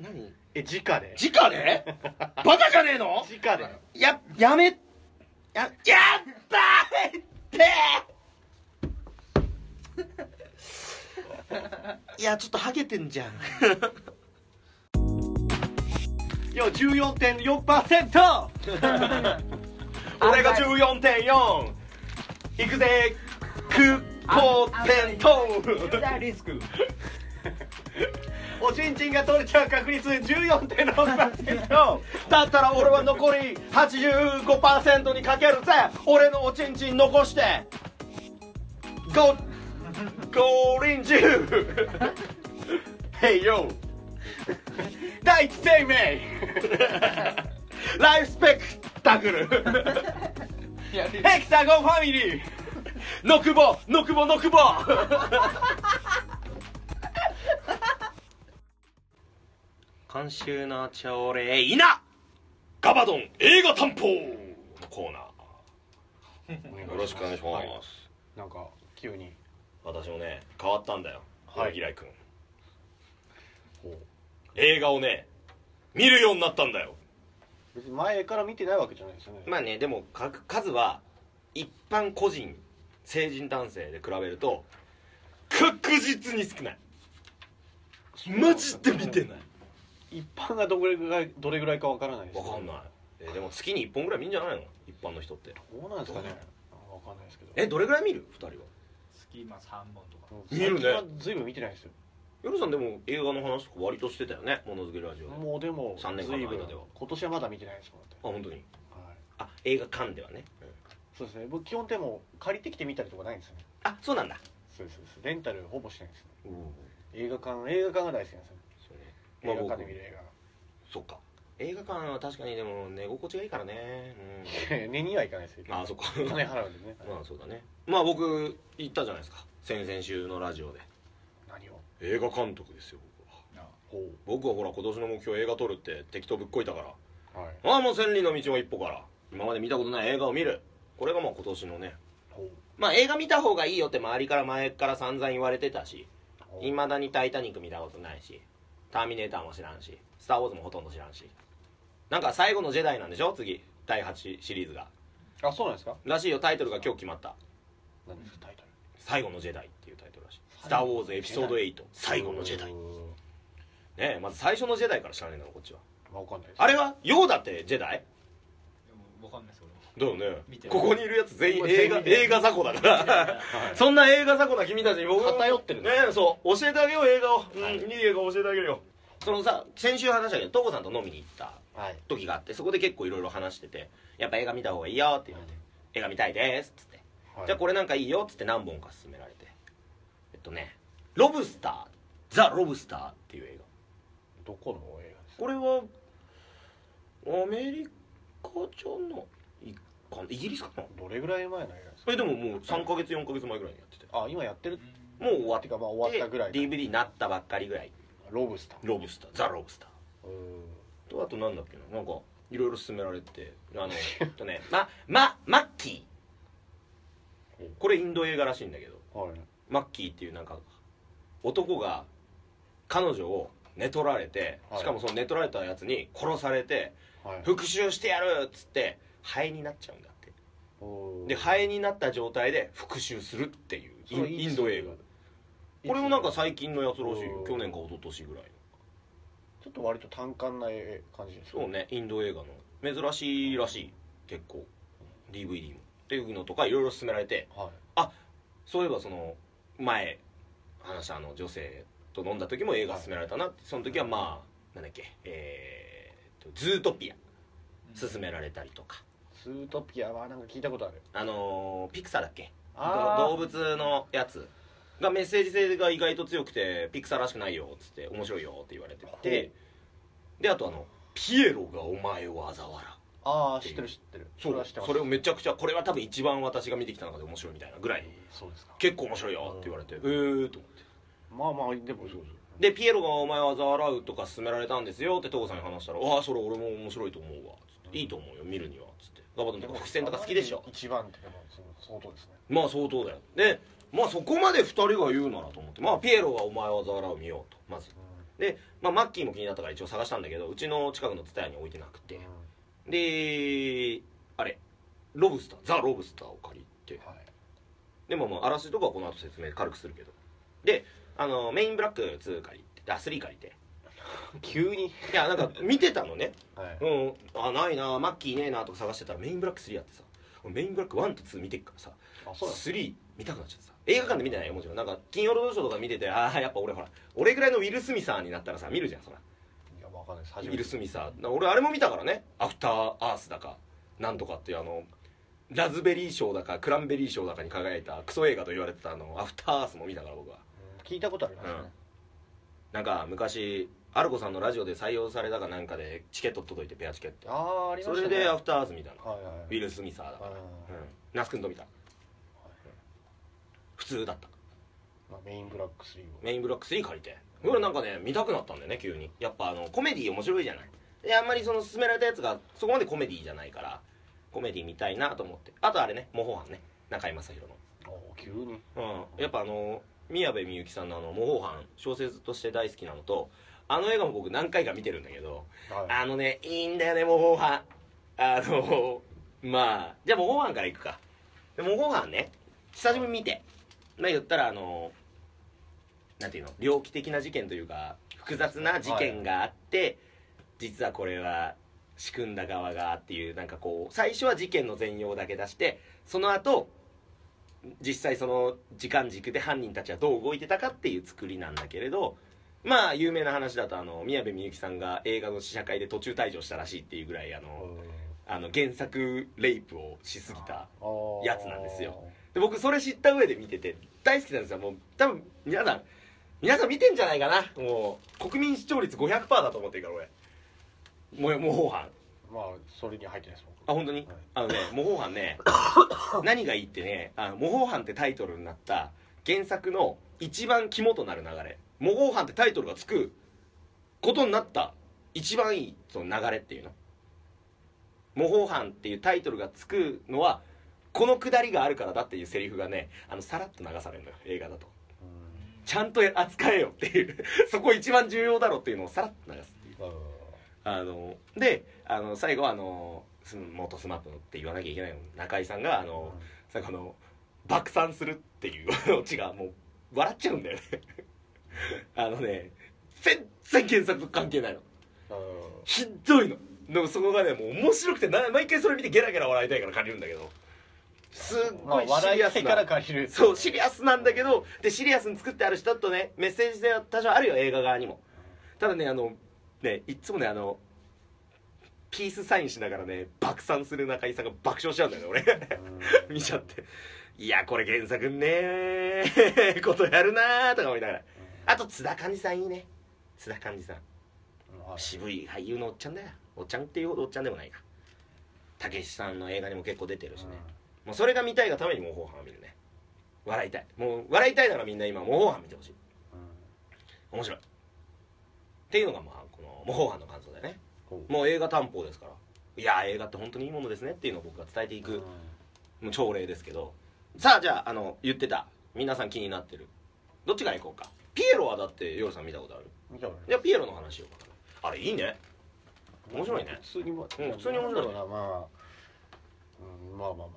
Speaker 2: 何
Speaker 3: え直で
Speaker 2: 直でバカじゃねえの
Speaker 3: 直で
Speaker 2: や、やめ、や、やばいっていや、ちょっとハゲてんじゃん。
Speaker 3: よ14.4%
Speaker 2: 俺が14.4。いくぜ、クコテント
Speaker 4: リスク
Speaker 3: おちんちんが取れちゃう確率14.6%
Speaker 2: だったら俺は残り85%にかけるぜ俺のおちんちん残してゴゴーリンジュー Hey yo 第一生命ライフスペクタクル
Speaker 4: やる
Speaker 2: ヘキサゴンファミリーノクボノクボノクボ今週の朝礼いなガバドン映画担当のコーナーよろしくお願いします、
Speaker 3: はいなんか急に
Speaker 2: 私もね変わったんだよ
Speaker 3: はい
Speaker 2: 俺嫌い君
Speaker 3: ほう
Speaker 2: 映画をね見るようになったんだよ
Speaker 3: 別に前から見てないわけじゃないですよね、
Speaker 2: まあねでもか数は一般個人成人男性で比べると確実に少ないマジで見てない
Speaker 3: 一般がどれぐらいどれぐらいかわからないです
Speaker 2: わかんない、えーでも月に1本ぐらい見んじゃないの一般の人って
Speaker 3: どうなんですかねわかんないですけど
Speaker 2: えどれぐらい見る2人は
Speaker 4: 月まあ3本とか
Speaker 2: 見るね
Speaker 3: 最近はずいぶん見てないですよ
Speaker 2: ヨルさんでも映画の話とか割としてたよねものづくりラジオであ
Speaker 3: もうでも
Speaker 2: 三年間の間では
Speaker 3: 随分今年はまだ見てないですもんだって
Speaker 2: 本当に
Speaker 3: はい
Speaker 2: あ映画館ではね、
Speaker 3: そうですね僕基本でも借りてきて見たりとかないんですよね
Speaker 2: あそうなんだ
Speaker 3: そうですそうですレンタルほぼしないですね
Speaker 2: うん
Speaker 3: 映画館映画館が大好きなんですよ
Speaker 2: そうね
Speaker 3: 映
Speaker 2: まあ
Speaker 3: 画
Speaker 2: 僕
Speaker 3: 館で見る映画
Speaker 2: そっか映画館は確かにでも寝心地がいいからね
Speaker 3: 寝には行かないですよ
Speaker 2: うんああそっか
Speaker 3: お金払うんでね
Speaker 2: まあそうだねまあ僕言ったじゃないですか先々週のラジオで
Speaker 3: 何を
Speaker 2: 映画監督ですよ僕は
Speaker 3: ほ
Speaker 2: 僕はほら今年の目標映画撮るって適当ぶっこいたから
Speaker 3: うはい
Speaker 2: ああもう千里の道も一歩から今まで見たことない映画を見るこれがまあ今年のね
Speaker 3: ほう
Speaker 2: まあ映画見た方がいいよって周りから前から散々言われてたし
Speaker 3: ほう
Speaker 2: いまだに「タイタニック」見たことないし「ターミネーター」も知らんし「スター・ウォーズ」もほとんど知らんしなんか「最後のジェダイ」なんでしょ次第8シリーズが
Speaker 3: あそうなんですから
Speaker 2: しいよタイトルが今日決まった
Speaker 3: 何ですかタイトル
Speaker 2: 「最後のジェダイ」っていうタイトルらしい「スター・ウォーズエピソード8最後のジェダイ」
Speaker 3: う
Speaker 2: ね
Speaker 3: ーん
Speaker 2: えまず最初のジェダイから知らねえんだろこっちは
Speaker 3: わかんないです
Speaker 2: あれはヨーダってジェダイ
Speaker 4: 分かんないです俺も
Speaker 2: だよね
Speaker 4: 見てる
Speaker 2: ここにいるやつ全員
Speaker 3: 全員
Speaker 2: 映画
Speaker 3: 見てる
Speaker 2: 映画雑魚だから
Speaker 3: はい
Speaker 2: そんな映画雑魚な君たちに僕
Speaker 3: 偏ってる
Speaker 2: ねえそう教えてあげよう映画を、うん
Speaker 3: はい
Speaker 2: い、い映画教えてあげるよそのさ先週話したけどトコさんと飲みに行った
Speaker 3: はい
Speaker 2: 時があってそこで結構いろいろ話しててやっぱ映画見た方がいいよって言われて映画見たいですっつって、じゃあこれなんかいいよっつって何本か勧められてえっとね「ロブスターザ・ロブスター」っていう映画
Speaker 3: どこの映画ですか
Speaker 2: これはアメリカじゃないかなイギリスかな
Speaker 3: どれぐらい前の映画ですか
Speaker 2: えでももう3ヶ月4ヶ月前ぐらいにやってて
Speaker 3: あ今やってる
Speaker 2: もう終わって
Speaker 3: かまあ終わったぐらい
Speaker 2: DVD になったばっかりぐらい
Speaker 3: ロブスター
Speaker 2: ロブスターザ・ロブスター
Speaker 3: うーん
Speaker 2: とあとなんだっけななんかいろいろ勧められてあ のえっとねままマッキーこれインド映画らしいんだけど
Speaker 3: はい
Speaker 2: マッキーっていうなんか男が彼女を寝取られて
Speaker 3: はい
Speaker 2: しかもその寝取られたやつに殺されて
Speaker 3: はい
Speaker 2: 復讐してやるっつって灰になっちゃうんだって
Speaker 3: おー
Speaker 2: で
Speaker 3: い
Speaker 2: ハエになった状態で復讐するっていうインインド映画これもなんか最近のやつらしいよ
Speaker 3: うん
Speaker 2: 去年か一昨年ぐらい
Speaker 3: ちょっと割と単感な感じです
Speaker 2: そうねインド映画の珍しいらしい結構 DVD もっていうのとかいろいろ勧められて
Speaker 3: は
Speaker 2: そういえばその前話したあの女性と飲んだ時も映画勧められたなってその時はまあなんだっけえーっと「ズートピア」勧められたりとか
Speaker 3: いスートピアはなんか聞いたことある
Speaker 2: あのーピクサーだっけ
Speaker 3: あー
Speaker 2: 動物のやつがメッセージ性が意外と強くてピクサーらしくないよっつって面白いよって言われててであとあの「ピエロがお前を嘲笑う」
Speaker 3: ああ知ってる知ってる
Speaker 2: そう
Speaker 3: は知って
Speaker 2: そ
Speaker 3: ます
Speaker 2: れをめちゃくちゃこれは多分一番私が見てきた中で面白いみたいなぐらい
Speaker 3: そうですか
Speaker 2: 結構面白いよって言われてええーと思って
Speaker 3: まあまあでもそう
Speaker 2: でピエロがお前を嘲笑うとか勧められたんですよって父さんに話したら「ああそれ俺も面白いと思うわ」つって「いいと思うよ見るには」つって「ガバドンとか伏線とか好きでしょ」
Speaker 3: 一番ってでもその相当ですね
Speaker 2: まあ相当だよでまあそこまで2人が言うならと思ってまあピエロがお前を嘲笑う見ようとまずで、まあ、マッキーも気になったから一応探したんだけどうちの近くの蔦屋に置いてなくて
Speaker 3: う
Speaker 2: であれロブスターザ・ロブスターを借りて
Speaker 3: んはい
Speaker 2: でもまああらすじとかはこの後説明軽くするけどであのメインブラック2借りてあ3借りて
Speaker 3: 急に
Speaker 2: いやなんか見てたのね
Speaker 3: はい
Speaker 2: うん、あないなマッキーねえなとか探してたらメインブラック3やってさ俺メインブラック1と2見てっからさ
Speaker 3: あそうなんです
Speaker 2: 3見たくなっちゃってさ映画館で見てないよもちろんなんか金曜ロードショーとか見ててああやっぱ俺ほら俺ぐらいのウィル・スミサーになったらさ見るじゃんそら
Speaker 3: いやわかんないです
Speaker 2: ウ
Speaker 3: 初め
Speaker 2: ィ
Speaker 3: て
Speaker 2: ル・スミサーな俺あれも見たからねアフター・アースだかなんとかっていうあのラズベリー賞だかクランベリー賞だかに輝いたクソ映画と言われてたあのアフター・アースも見たから僕は
Speaker 3: うん聞いたことありますね
Speaker 2: なんか昔アルコさんのラジオで採用されたかなんかでチケット届いてペアチケット
Speaker 3: ああありま
Speaker 2: そ
Speaker 3: した
Speaker 2: れ
Speaker 3: ね
Speaker 2: でア
Speaker 3: は
Speaker 2: フター・アース見たの
Speaker 3: いはい
Speaker 2: ウィル・スミサーだから、
Speaker 3: うん
Speaker 2: うん、那須君と見た、普通だった
Speaker 3: まあメインブラック3を
Speaker 2: メインブラック3借りて俺なんかね見たくなったんだよね急にやっぱあのコメディ面白いじゃないであんまりその勧められたやつがそこまでコメディじゃないからコメディ見たいなと思ってあとあれね模倣犯ね中居正広
Speaker 3: おー急に
Speaker 2: のうんやっぱあの宮部みゆきさんのあの模倣犯小説として大好きなのとあの映画も僕何回か見てるんだけど
Speaker 3: はい
Speaker 2: あのねいいんだよね模倣犯あのまあじゃあ模倣犯からいくかで模倣犯ね久しぶりに見てまあ言ったらあのなんていうの猟奇的な事件というか複雑な事件があって、実はこれは仕組んだ側がっていうなんかこう最初は事件の全容だけ出してその後実際その時間軸で犯人たちはどう動いてたかっていう作りなんだけれどまあ有名な話だとあの宮部みゆきさんが映画の試写会で途中退場したらしいっていうぐらいあのあの原作レイプをしすぎた
Speaker 3: うん
Speaker 2: やつなんですよで僕それ知った上で見てて大好きなんですよもう多分皆さん皆さん見てんじゃないかなもう国民視聴率500%だと思ってるから俺もう模倣犯
Speaker 3: まあそれには入ってないです
Speaker 2: あ
Speaker 3: 僕
Speaker 2: 本当に、
Speaker 3: はい
Speaker 2: あのね模倣犯ね何がいいってねあの模倣犯ってタイトルになった原作の一番肝となる流れ模倣犯ってタイトルがつくことになった一番いいその流れっていうの模倣犯っていうタイトルがつくのはこのくだりがあるからだっていうセリフがねあのさらっと流されるのよ映画だと
Speaker 3: うん
Speaker 2: ちゃんと扱えよっていう そこ一番重要だろっていうのをさらっと流すっていうあのであの最後はあのす元スマップって言わなきゃいけないの中居さんがあの最後あの爆散するっていうオチがもう笑っちゃうんだよねあのね全然原作と関係ないの
Speaker 3: うん
Speaker 2: ひどいのでもそこがねもう面白くてな毎回それ見てゲラゲラ笑いたいから借りるんだけどすっ
Speaker 3: ま
Speaker 2: ご
Speaker 3: あ
Speaker 2: いシ
Speaker 3: 笑い
Speaker 2: リアス
Speaker 3: 手
Speaker 2: な、
Speaker 3: から借りる
Speaker 2: そうシリアスなんだけどでシリアスに作ってある人とねメッセージ性は多少あるよ映画側にもただねあのねいっつもねあのピースサインしながらね爆散する中居さんが爆笑しちゃうんだよね俺
Speaker 3: うん
Speaker 2: 見ちゃっていやこれ原作ねえことやるなー とか思いながらあと津田寛治さんいいね津田寛治さん
Speaker 3: はい
Speaker 2: 渋い俳優のおっちゃんだよおっちゃんっていうほどおっちゃんでもないなたけしさんの映画にも結構出てるしね、もうそれが見たいがために模倣犯を見るね笑いたいもう笑いたいならみんな今模倣犯見てほしい
Speaker 3: うん
Speaker 2: 面白いっていうのがまあこの模倣犯の感想だよね
Speaker 3: こう
Speaker 2: もう映画担保ですからいやー映画って本当にいいものですねっていうのを僕が伝えていく、もう朝礼ですけどさあじゃああの言ってた皆さん気になってるどっちから行こうかピエロはだってヨルさん見たことある
Speaker 3: 見たこ
Speaker 2: じゃあピエロの話しようかなあれいいね
Speaker 3: と
Speaker 2: 面白いね
Speaker 3: 普通にま
Speaker 2: うん普通に面白いね
Speaker 3: なんだろうなまあうんまあまあまあ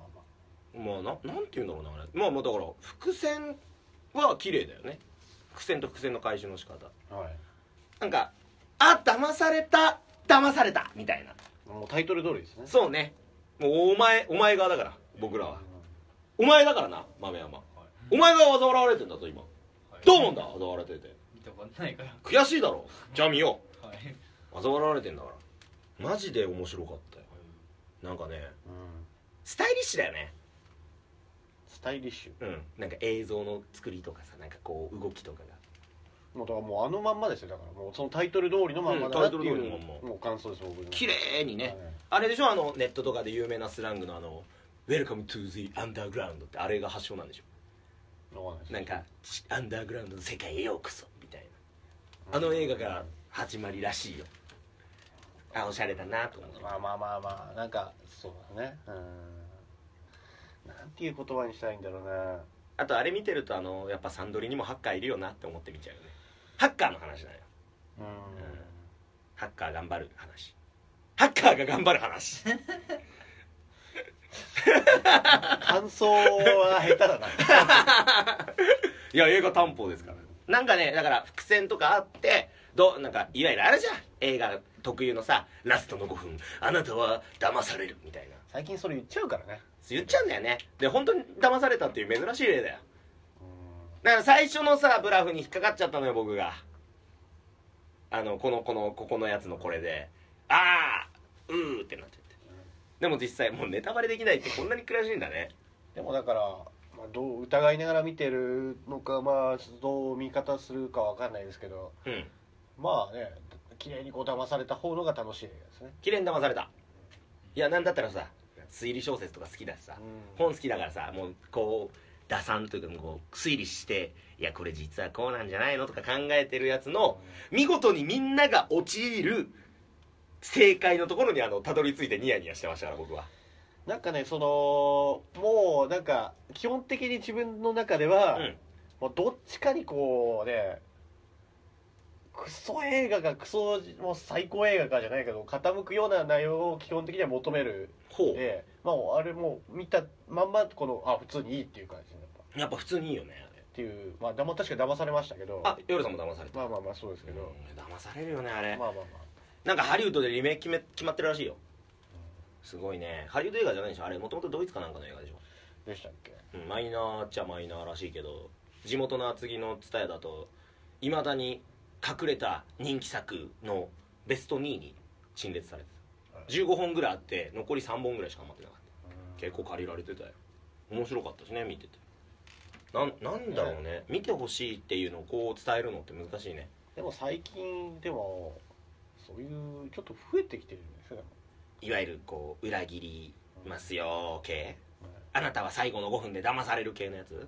Speaker 3: ま
Speaker 2: まあななんて言うんだろうなあれまあまあだから伏線は綺麗だよね伏線と伏線の回収の仕方
Speaker 3: はい
Speaker 2: なんかあ騙された騙されたみたいな
Speaker 3: もうタイトル通りですね
Speaker 2: そうねもうお前お前側だから僕らはお前だからな豆山お前が嘲笑われてんだぞ今どう思うんだ嘲笑われてて
Speaker 4: 見たことないから
Speaker 2: 悔しいだろじゃあ見よ
Speaker 4: はい、
Speaker 2: う嘲笑われてんだからマジで面白かったよなんかね
Speaker 3: うん
Speaker 2: スタイリッシュだよね
Speaker 3: スタイリッシュ
Speaker 2: うんなんか映像の作りとかさなんかこう動きとかが
Speaker 3: もうだからもうあのまんまですよだからもうそのタイトル通りのまんまだなっていう、
Speaker 2: うんタイトル通りのまんま
Speaker 3: もう感想です僕の
Speaker 2: 綺麗にねあれでしょあのネットとかで有名なスラングのあの「Welcome to the Underground」ってあれが発祥なんでしょ
Speaker 3: はいわかんないです
Speaker 2: なんか「アンダーグラウンドの世界へようこそ」みたいなあの映画から始まりらしいよあおしゃれだなと思って
Speaker 3: まあまあまあまあなんかそうだねうんなんていう言葉にしたらいいんだろうな
Speaker 2: あとあれ見てるとあのやっぱサンドリにもハッカーいるよなって思って見ちゃうよねハッカーの話だよ
Speaker 3: うん
Speaker 2: ハッカー頑張る話ハッカーが頑張る話
Speaker 3: 感想は下手だな
Speaker 2: いや映画担保ですからなんかねだから伏線とかあってどうなんかいわゆるあれじゃん映画特有のさラストの5分あなたは騙されるみたいな
Speaker 3: 最近それ言っちゃうからね
Speaker 2: 言っちゃうんだよねで本当に騙されたっていう珍しい例だよ
Speaker 3: うん
Speaker 2: だから最初のさブラフに引っかかっちゃったのよ僕があのこのこのここのやつのこれでああうーってなっちゃってでも実際もうネタバレできないってこんなに悔しいんだね
Speaker 3: でもだから、まあ、どう疑いながら見てるのかまあどう見方するかわかんないですけど
Speaker 2: うん
Speaker 3: まあね綺麗にこう騙された方のが楽しい映画ですね
Speaker 2: 綺麗に騙されたいやなんだったらさ推理小説とか好きだしさ
Speaker 3: うん
Speaker 2: 本好きだからさもうこう打算というかこう推理していやこれ実はこうなんじゃないのとか考えてるやつの見事にみんなが陥る正解のところにあのたどり着いてニヤニヤしてましたから僕は
Speaker 3: なんかねそのもうなんか基本的に自分の中では、
Speaker 2: うん
Speaker 3: もうどっちかにこうねクソ映画かクソもう最高映画かじゃないけど傾くような内容を基本的には求める
Speaker 2: ほ
Speaker 3: ので、まあ、あれもう見たまんまこのあ普通にいいっていう感じになったっ
Speaker 2: うやっぱ普通にいいよねあれ
Speaker 3: ていうまあだま確かに騙されましたけど
Speaker 2: あ夜さんも騙された
Speaker 3: まあまあまあそうですけど、
Speaker 2: 騙されるよねあれ
Speaker 3: まあまあまあ
Speaker 2: なんかハリウッドでリメイク決め決まってるらしいよすごいねハリウッド映画じゃないでしょあれもともとドイツかなんかの映画でしょ
Speaker 3: でしたっけ
Speaker 2: うんマイナーっちゃマイナーらしいけど地元の厚木の蔦屋だといまだに隠れた人気作のベスト2位に陳列されて
Speaker 3: はい
Speaker 2: た15本ぐらいあって残り3本ぐらいしか余ってなかった結構借りられてたよ面白かったしね見ててなんなんだろうね見てほしいっていうのをこう伝えるのって難しいね
Speaker 3: でも最近でもそういうちょっと増えてきてるんですよ、
Speaker 2: いわゆるこう裏切りますよ系あなたは最後の5分で騙される系のやつ増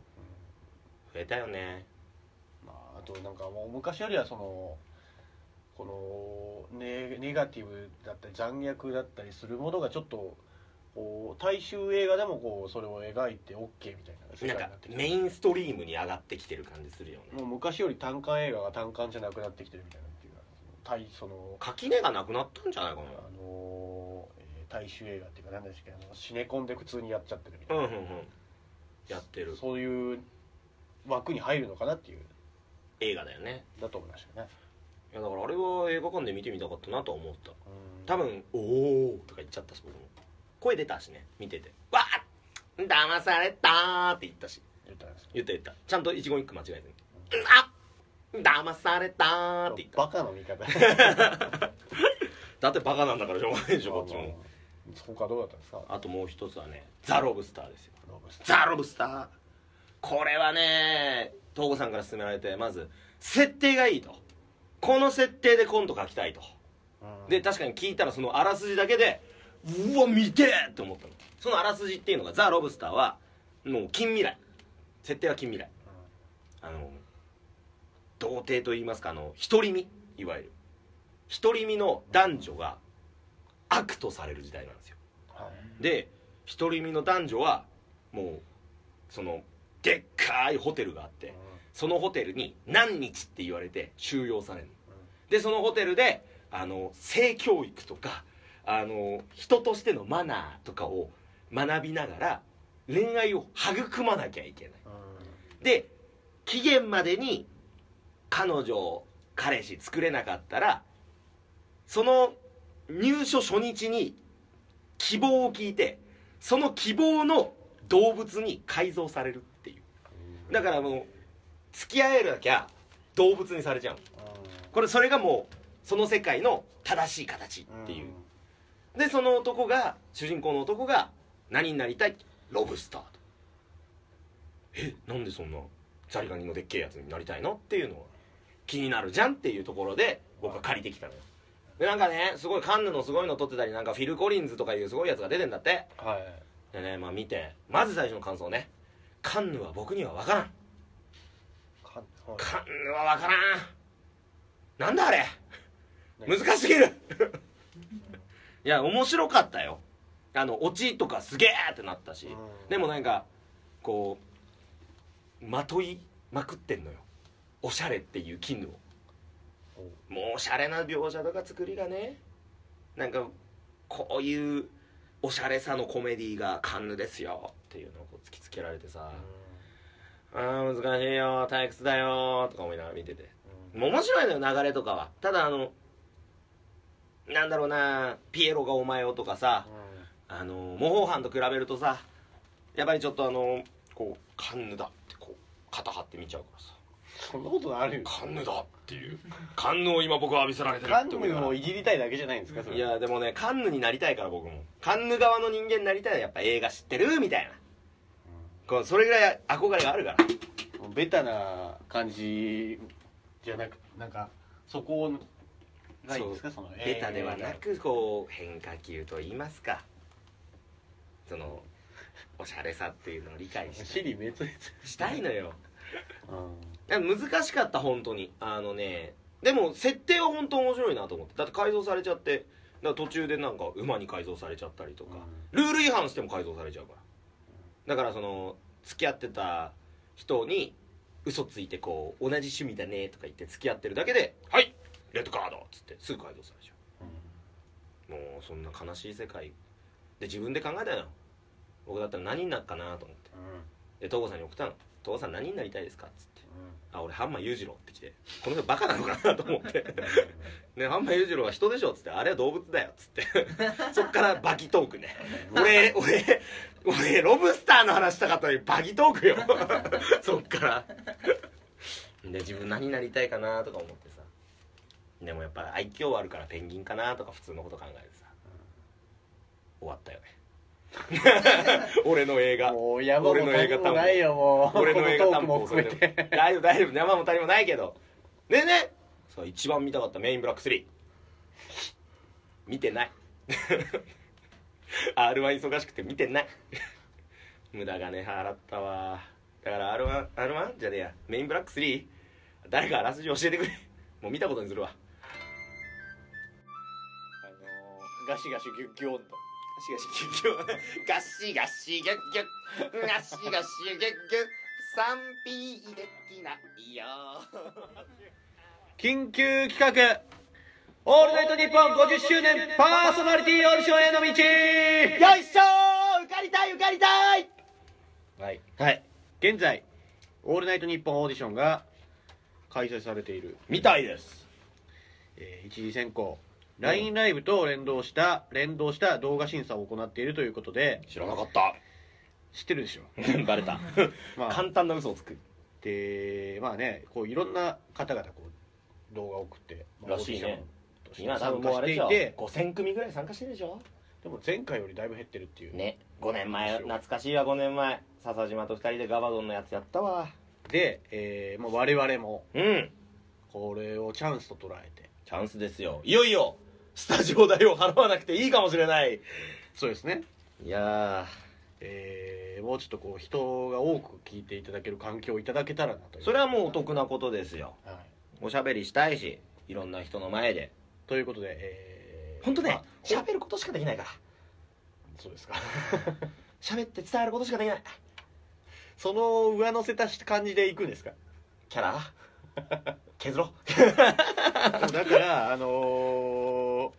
Speaker 2: えたよね
Speaker 3: まあ、あとなんかもう昔よりはそのこのネネガティブだったり残虐だったりするものがちょっとこう大衆映画でもこうそれを描いて OK みたいな世
Speaker 2: なん
Speaker 3: 界
Speaker 2: か
Speaker 3: になってきて
Speaker 2: メインストリームに上がってきてる感じするよね
Speaker 3: もう昔より単館映画が単館じゃなくなってきてるみたいなっていうかその大その
Speaker 2: 垣根がなくなったんじゃないか
Speaker 3: あの、えー大衆映画っていうか何でしたっけあのシネコンで普通にやっちゃってるみた
Speaker 2: ないうん
Speaker 3: な、
Speaker 2: うんうんやってる
Speaker 3: そういう枠に入るのかなっていう
Speaker 2: 映画だよね
Speaker 3: だと思いましたね
Speaker 2: いやだからあれは映画館で見てみたかったなとは思った
Speaker 3: うん
Speaker 2: 多分「おお」とか言っちゃったし僕も声出たしね見てて「わっ騙された!」って言ったし
Speaker 3: 言ったんですけ
Speaker 2: 言った言ったちゃんと一言一句間違えずに「うんあ騙された!」って言っ
Speaker 3: ど
Speaker 2: た
Speaker 3: バカの見方
Speaker 2: だってバカなんだ からしょうがないでしょこっち
Speaker 3: まあま
Speaker 2: も
Speaker 3: あまあ他どうだったんですか
Speaker 2: あともう一つはね「ザ・ロブスター」ですよ
Speaker 3: ロブスター
Speaker 2: ザ・ロブスターこれはね東郷さんから勧められてまず設定がいいとこの設定でコント書きたいと
Speaker 3: うん
Speaker 2: で確かに聞いたらそのあらすじだけでうわ見てえって思ったのそのあらすじっていうのがザ・ロブスターはもう近未来設定は近未来あの童貞といいますかあの独り身いわゆる独り身の男女が悪とされる時代なんですよ
Speaker 3: はい
Speaker 2: で独り身の男女はもうそのでっかいホテルがあってそのホテルに何日って言われて収容されるのでそのホテルであの性教育とかあの人としてのマナーとかを学びながら恋愛を育まなきゃいけない
Speaker 3: うん
Speaker 2: で期限までに彼女彼氏作れなかったらその入所初日に希望を聞いてその希望の動物に改造されるっていうだからもう付き合えなきゃ動物にされちゃうこれそれがもうその世界の正しい形っていう、でその男が主人公の男が何になりたいロブスターとえなんでそんなザリガニのでっけえやつになりたいのっていうのは気になるじゃんっていうところで僕は借りてきたのよでなんかねすごいカンヌのすごいの撮ってたりなんかフィル・コリンズとかいうすごいやつが出てんだって
Speaker 3: うんはい
Speaker 2: でねまあ見てまず最初の感想ねカンヌは僕には分からん
Speaker 3: かはい
Speaker 2: カンヌは分からんなんだあれ
Speaker 3: ね
Speaker 2: 難しすぎる いや面白かったよあのオチとかすげえってなったし、
Speaker 3: うん
Speaker 2: でもなんかこうまといまくってんのよおしゃれっていう絹を
Speaker 3: おう
Speaker 2: もうおしゃれな描写とか作りがねなんかこういうおしゃれさのコメディがカンヌですよっていうのをこう突きつけられてさ「あー難しいよ退屈だよ」とか思いながら見てて
Speaker 3: うん
Speaker 2: 面白いのよ流れとかはただあのなんだろうなピエロがお前をとかさあの模倣犯と比べるとさやっぱりちょっとあのこうカンヌだってこう肩張って見ちゃうからさ
Speaker 3: そんなことあるよ
Speaker 2: カンヌだっていうカンヌを今僕は浴びせられてる
Speaker 3: カ
Speaker 2: っ
Speaker 3: ン
Speaker 2: て思いな
Speaker 3: ヌ
Speaker 2: がら
Speaker 3: をいじりたいだけじゃないんですかそれ
Speaker 2: いやでもねカンヌになりたいから僕もカンヌ側の人間になりたいやっぱ映画知ってるみたいなこうそれぐらい憧れがあるから
Speaker 3: ベタな感じじゃなくなんかそこがいいんですかその
Speaker 2: ベタではなくこう変化球と言いますかそのおしゃれさっていうのを理解し
Speaker 3: 尻滅裂
Speaker 2: したいのよ
Speaker 3: う
Speaker 2: 難しかった本当にあのねでも設定は本当面白いなと思ってだって改造されちゃってだから途中でなんか馬に改造されちゃったりとか、ルール違反しても改造されちゃうからだからその付き合ってた人に嘘ついてこう同じ趣味だねとか言って付き合ってるだけで「はいレッドカード!」っつってすぐ改造されちゃうもうそんな悲しい世界で自分で考えたのよ僕だったら何になるかなと思ってで東郷さんに送ったの「東郷さん何になりたいですか?」っつって「あ俺ハンマー裕次郎」って来てこの人バカなのかなと思って「ねハンマー裕次郎は人でしょ」っつって「あれは動物だよ」っつってそっからバギトークね俺俺俺ロブスターの話したかったのにバギトークよ そっからで自分何になりたいかなとか思ってさでもやっぱ愛嬌あるからペンギンかなとか普通のこと考えてさ終わったよね 俺の映画
Speaker 3: もう山も谷もないよもう
Speaker 2: 俺の映画
Speaker 3: こ
Speaker 2: 担
Speaker 3: トークも
Speaker 2: 保それ
Speaker 3: 含め
Speaker 2: で
Speaker 3: て
Speaker 2: 大丈夫大丈夫山も谷もないけどでねさあ一番見たかったメインブラック3見てない R1 忙しくて見てない 無駄がね払ったわだから R1R1 じゃねえやメインブラック3誰かあらすじ教えてくれもう見たことにするわ
Speaker 3: ガシガシギュッギュンと
Speaker 2: しかし結局ガシガシギュッギュッガシガシギュッギュッ賛否できないよ
Speaker 3: 緊急企画オールナイトニッポン50周年パーソナリティオールションへの道
Speaker 2: よいしょー受かりたい受かりたいはい
Speaker 3: はい現在オールナイトニッポンオーディションが開催されている、
Speaker 2: みたいです
Speaker 3: えー一次選考 LINE ライブと連動した連動した動画審査を行っているということで
Speaker 2: 知らなかった
Speaker 3: 知ってるでしょ、
Speaker 2: バレた
Speaker 3: まあ
Speaker 2: 簡、単な嘘をつく
Speaker 3: でまあねこういろんな方々こう動画を送って、ま
Speaker 2: ら
Speaker 3: あ
Speaker 2: しいね
Speaker 3: オーディション
Speaker 2: 今
Speaker 3: として
Speaker 2: 多分も
Speaker 3: 参加
Speaker 2: うあれ
Speaker 3: し
Speaker 2: で
Speaker 3: てい
Speaker 2: しょ
Speaker 3: て
Speaker 2: 5000組ぐらい参加してるでしょ
Speaker 3: でも前回よりだいぶ減ってるっていう
Speaker 2: ね5年前懐かしいわ5年前笹島と2人でガバドンのやつやったわ
Speaker 3: で、えーまあ、我々も
Speaker 2: うん
Speaker 3: これをチャンスと捉えて
Speaker 2: チャンスですよいよいよスタジオ代を払わなくていいかもしれない
Speaker 3: そうですね
Speaker 2: いや
Speaker 3: えーもうちょっとこう人が多く聞いていただける環境をいただけたらなとい
Speaker 2: ー
Speaker 3: う
Speaker 2: それはもうお得なことですよ
Speaker 3: はい、
Speaker 2: おしゃべりしたいしいろんな人の前で
Speaker 3: ということで、えー
Speaker 2: 本当ね
Speaker 3: まあ
Speaker 2: しゃべることしかできないから
Speaker 3: そうですか
Speaker 2: 喋って伝えることしかできない
Speaker 3: その上乗せた感じでいくんですか
Speaker 2: キャラ 削ろ
Speaker 3: そうだからあのー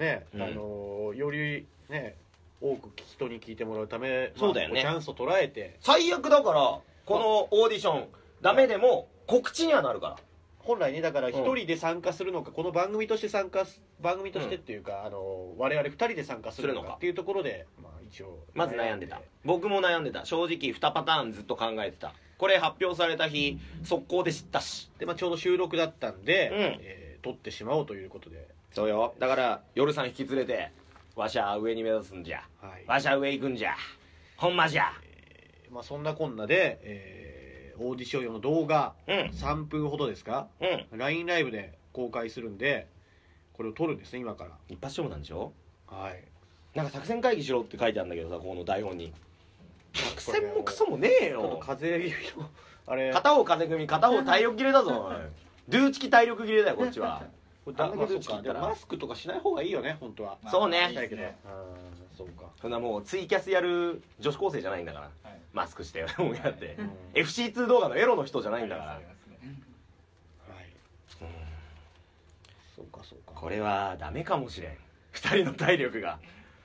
Speaker 3: ね、
Speaker 2: うん
Speaker 3: あのーよりね多く人に聞いてもらうため、まあ
Speaker 2: そうだよね
Speaker 3: チャンスを捉えて、
Speaker 2: 最悪だからこのオーディションダメでも告知にはなるから
Speaker 3: 本来ねだから
Speaker 2: うん
Speaker 3: 一人で参加するのか、この番組として参加す番組としてっていうか、あの我々二人で参加するの
Speaker 2: するの
Speaker 3: か
Speaker 2: か
Speaker 3: っていうところで、まあ、一応
Speaker 2: まず悩んでた僕も悩んでた正直2パターンずっと考えてたこれ発表された日速攻で知ったし
Speaker 3: で、まあ、ちょうど収録だったんで、
Speaker 2: うん
Speaker 3: えー撮ってしまおうということで、
Speaker 2: そうよだから夜さん引き連れてわしゃ上に目指すんじゃ
Speaker 3: はい
Speaker 2: わしゃ上行くんじゃほんまじゃ
Speaker 3: まあ、そんなこんなで、えーオーディション用の動画
Speaker 2: うん
Speaker 3: 3分ほどですか
Speaker 2: うん
Speaker 3: LINE ライブで公開するんでこれを撮るんですね今から
Speaker 2: 一発勝負なんでしょ
Speaker 3: はい
Speaker 2: なんか作戦会議しろって書いてあるんだけどさこの台本に作戦もクソもねえ
Speaker 3: ちょっと
Speaker 2: よ
Speaker 3: 風邪気味のあれ
Speaker 2: 片方風組片方体力切れだぞおいドゥーチキ体力切れだよこっちは
Speaker 3: これ
Speaker 2: あ
Speaker 3: だんだけ
Speaker 2: まあ
Speaker 3: ずつ聞いたら
Speaker 2: そっか
Speaker 3: マスクとかしない方がいいよね本当は
Speaker 4: まあ
Speaker 2: そうね
Speaker 4: いい
Speaker 3: だ
Speaker 4: で
Speaker 3: け
Speaker 4: す
Speaker 3: ど
Speaker 4: ね
Speaker 3: うんそうか
Speaker 2: そんなもうツイキャスやる女子高生じゃないんだから
Speaker 4: はい
Speaker 2: マスクして もうやって
Speaker 3: うん
Speaker 2: FC2 動画のエロの人じゃないんだ
Speaker 4: あ
Speaker 2: か
Speaker 4: りますね
Speaker 3: はい
Speaker 2: ら、うん
Speaker 3: そうかそうか
Speaker 2: これはダメかもしれん2人の体力が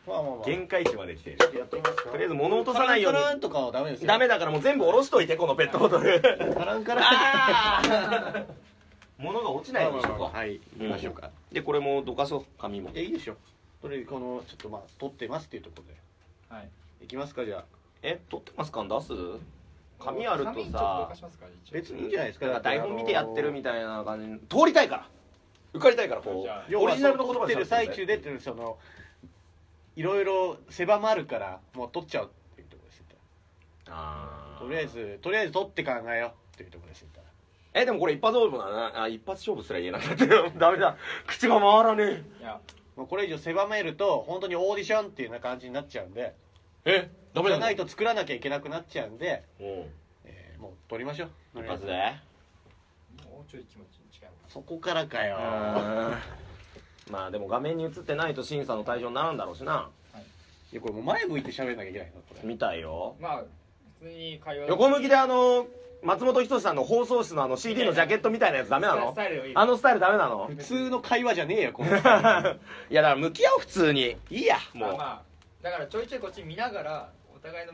Speaker 3: まあまあまあ
Speaker 2: 限界値まで来てる
Speaker 3: ちょっとやってみますか
Speaker 2: とりあえず物落とさないよう
Speaker 3: カランカラン
Speaker 2: に
Speaker 3: とかはダメですよ
Speaker 2: ダメだからもう全部下ろしといてこのペットボトル
Speaker 3: カランカラン
Speaker 2: ああ 物が落ちないようにしと
Speaker 3: まあまあ
Speaker 2: こ
Speaker 3: まあはいう行きましょうか
Speaker 2: でこれもどかそう紙も
Speaker 3: えいいでしょそれこのちょっとまあ撮ってますっていうところ
Speaker 4: はい
Speaker 3: でいきますかじゃあ
Speaker 2: え取ってますか出す紙あると
Speaker 4: 紙ちょっ動
Speaker 2: さ
Speaker 4: かしますから一応
Speaker 3: 別にいいんじゃないですか
Speaker 2: だから台本見てやってるみ
Speaker 3: た
Speaker 2: たいな感じ通りたいから受かりたいからこ
Speaker 4: じゃあ
Speaker 2: うオリジナルの言葉
Speaker 3: 撮ってる最中でっ
Speaker 2: って
Speaker 3: ていうのはそのいろいろ狭まるからもう撮っちゃうっていうところですよ
Speaker 2: あー
Speaker 3: とりあえずとりあえず撮って考えようっていうところですよ
Speaker 2: えでもこれ一発勝負だなあ一発勝負すら言えなくなってる ダメだ口が回らね
Speaker 4: いや
Speaker 3: もうこれ以上狭めると本当にオーディションっていうような感じになっちゃうんで
Speaker 2: ええダメ
Speaker 3: じ
Speaker 2: だ
Speaker 3: ゃないと作らなきゃいけなくなっちゃうんで、
Speaker 2: うん
Speaker 3: えーもう撮りましょう
Speaker 2: 一発
Speaker 3: とりあえ
Speaker 2: で
Speaker 4: もうちょい気持ちに近いもん
Speaker 3: ずそこからかよ
Speaker 2: まあでも画面に映ってないと審査の対象になるんだろうしない
Speaker 3: やこれもう前向いて喋んなきゃいけないのこれ
Speaker 2: 見たいよ
Speaker 4: まあ普通に会話
Speaker 2: 横向きであの松本人志さんの放送室のあの CD のジャケットみたいなやつダメなの
Speaker 4: スタイルがいい
Speaker 2: あのスタイルダメなの
Speaker 3: 普通の会話じゃねえよこ の
Speaker 2: いやだから向き合おう普通にいいや
Speaker 4: まあ
Speaker 2: もう
Speaker 4: まあだからちょいちょいこっち見ながらお互いの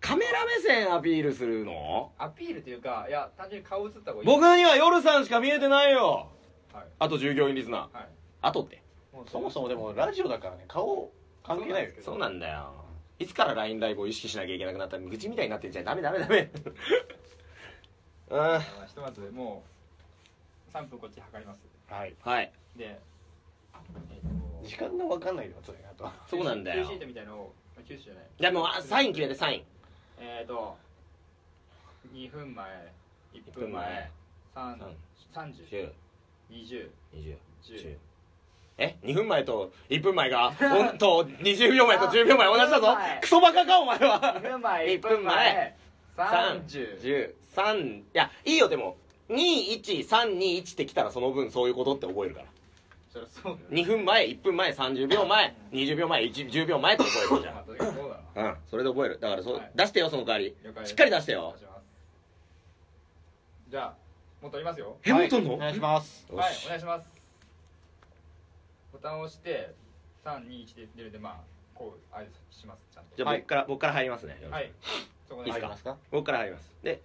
Speaker 2: カメラ目線アピールするの
Speaker 4: アピールというかいや単純に顔映った方がいい
Speaker 2: 僕には夜さんしか見えてないよ
Speaker 4: はい
Speaker 2: あと従業員リスナー
Speaker 4: はい
Speaker 2: あとって
Speaker 4: もう
Speaker 3: そもそもでもラジオだからね顔関係ないよ
Speaker 2: そうなんだよいつから LINE ライブを意識しなきゃいけなくなったの愚痴みたいになってんじゃんダメダメダメ うん
Speaker 4: まあひとまずもう3分こっち測ります
Speaker 3: はい
Speaker 2: はい
Speaker 4: で、えっ
Speaker 3: 時間が分かんないよそれあと
Speaker 4: と
Speaker 2: そうなんだよ
Speaker 4: 9シートみたいのをあ9シートじゃない
Speaker 2: じゃあもうあサイン決めてサイン
Speaker 4: えっ、と2分前1分前
Speaker 2: 9
Speaker 4: 302010
Speaker 2: 20え2分前と1分前がおんと20秒前と10秒前同じだぞ
Speaker 4: あはい
Speaker 2: クソバカかお前は
Speaker 4: 2分前
Speaker 2: 一分前
Speaker 4: 30
Speaker 2: 103いやいいよでも21321ってきたらその分そういうことって覚えるから
Speaker 4: そりゃそうだよ
Speaker 2: 2分前1分前30秒前20秒前1 10秒前って覚えるじゃん
Speaker 4: まあとにかくそうだな
Speaker 2: うん、それで覚える。だからそ、
Speaker 4: はい
Speaker 2: 出してよ、その代わり。
Speaker 4: 了解です
Speaker 2: しっかり出してよ
Speaker 4: お願いしますじゃあもう撮りますよ
Speaker 2: え、
Speaker 3: は
Speaker 2: も
Speaker 3: いう
Speaker 2: 撮んの
Speaker 3: お願いします
Speaker 2: よ
Speaker 4: はい
Speaker 2: し
Speaker 4: お願いしますボタンを押して321で出るでまあこう合図しますちゃんと
Speaker 2: じゃあ、
Speaker 3: はい
Speaker 2: 僕から、僕から入りますね。
Speaker 4: はいそこ
Speaker 2: いいっすか
Speaker 3: 入りますか
Speaker 2: 僕から入ります。で、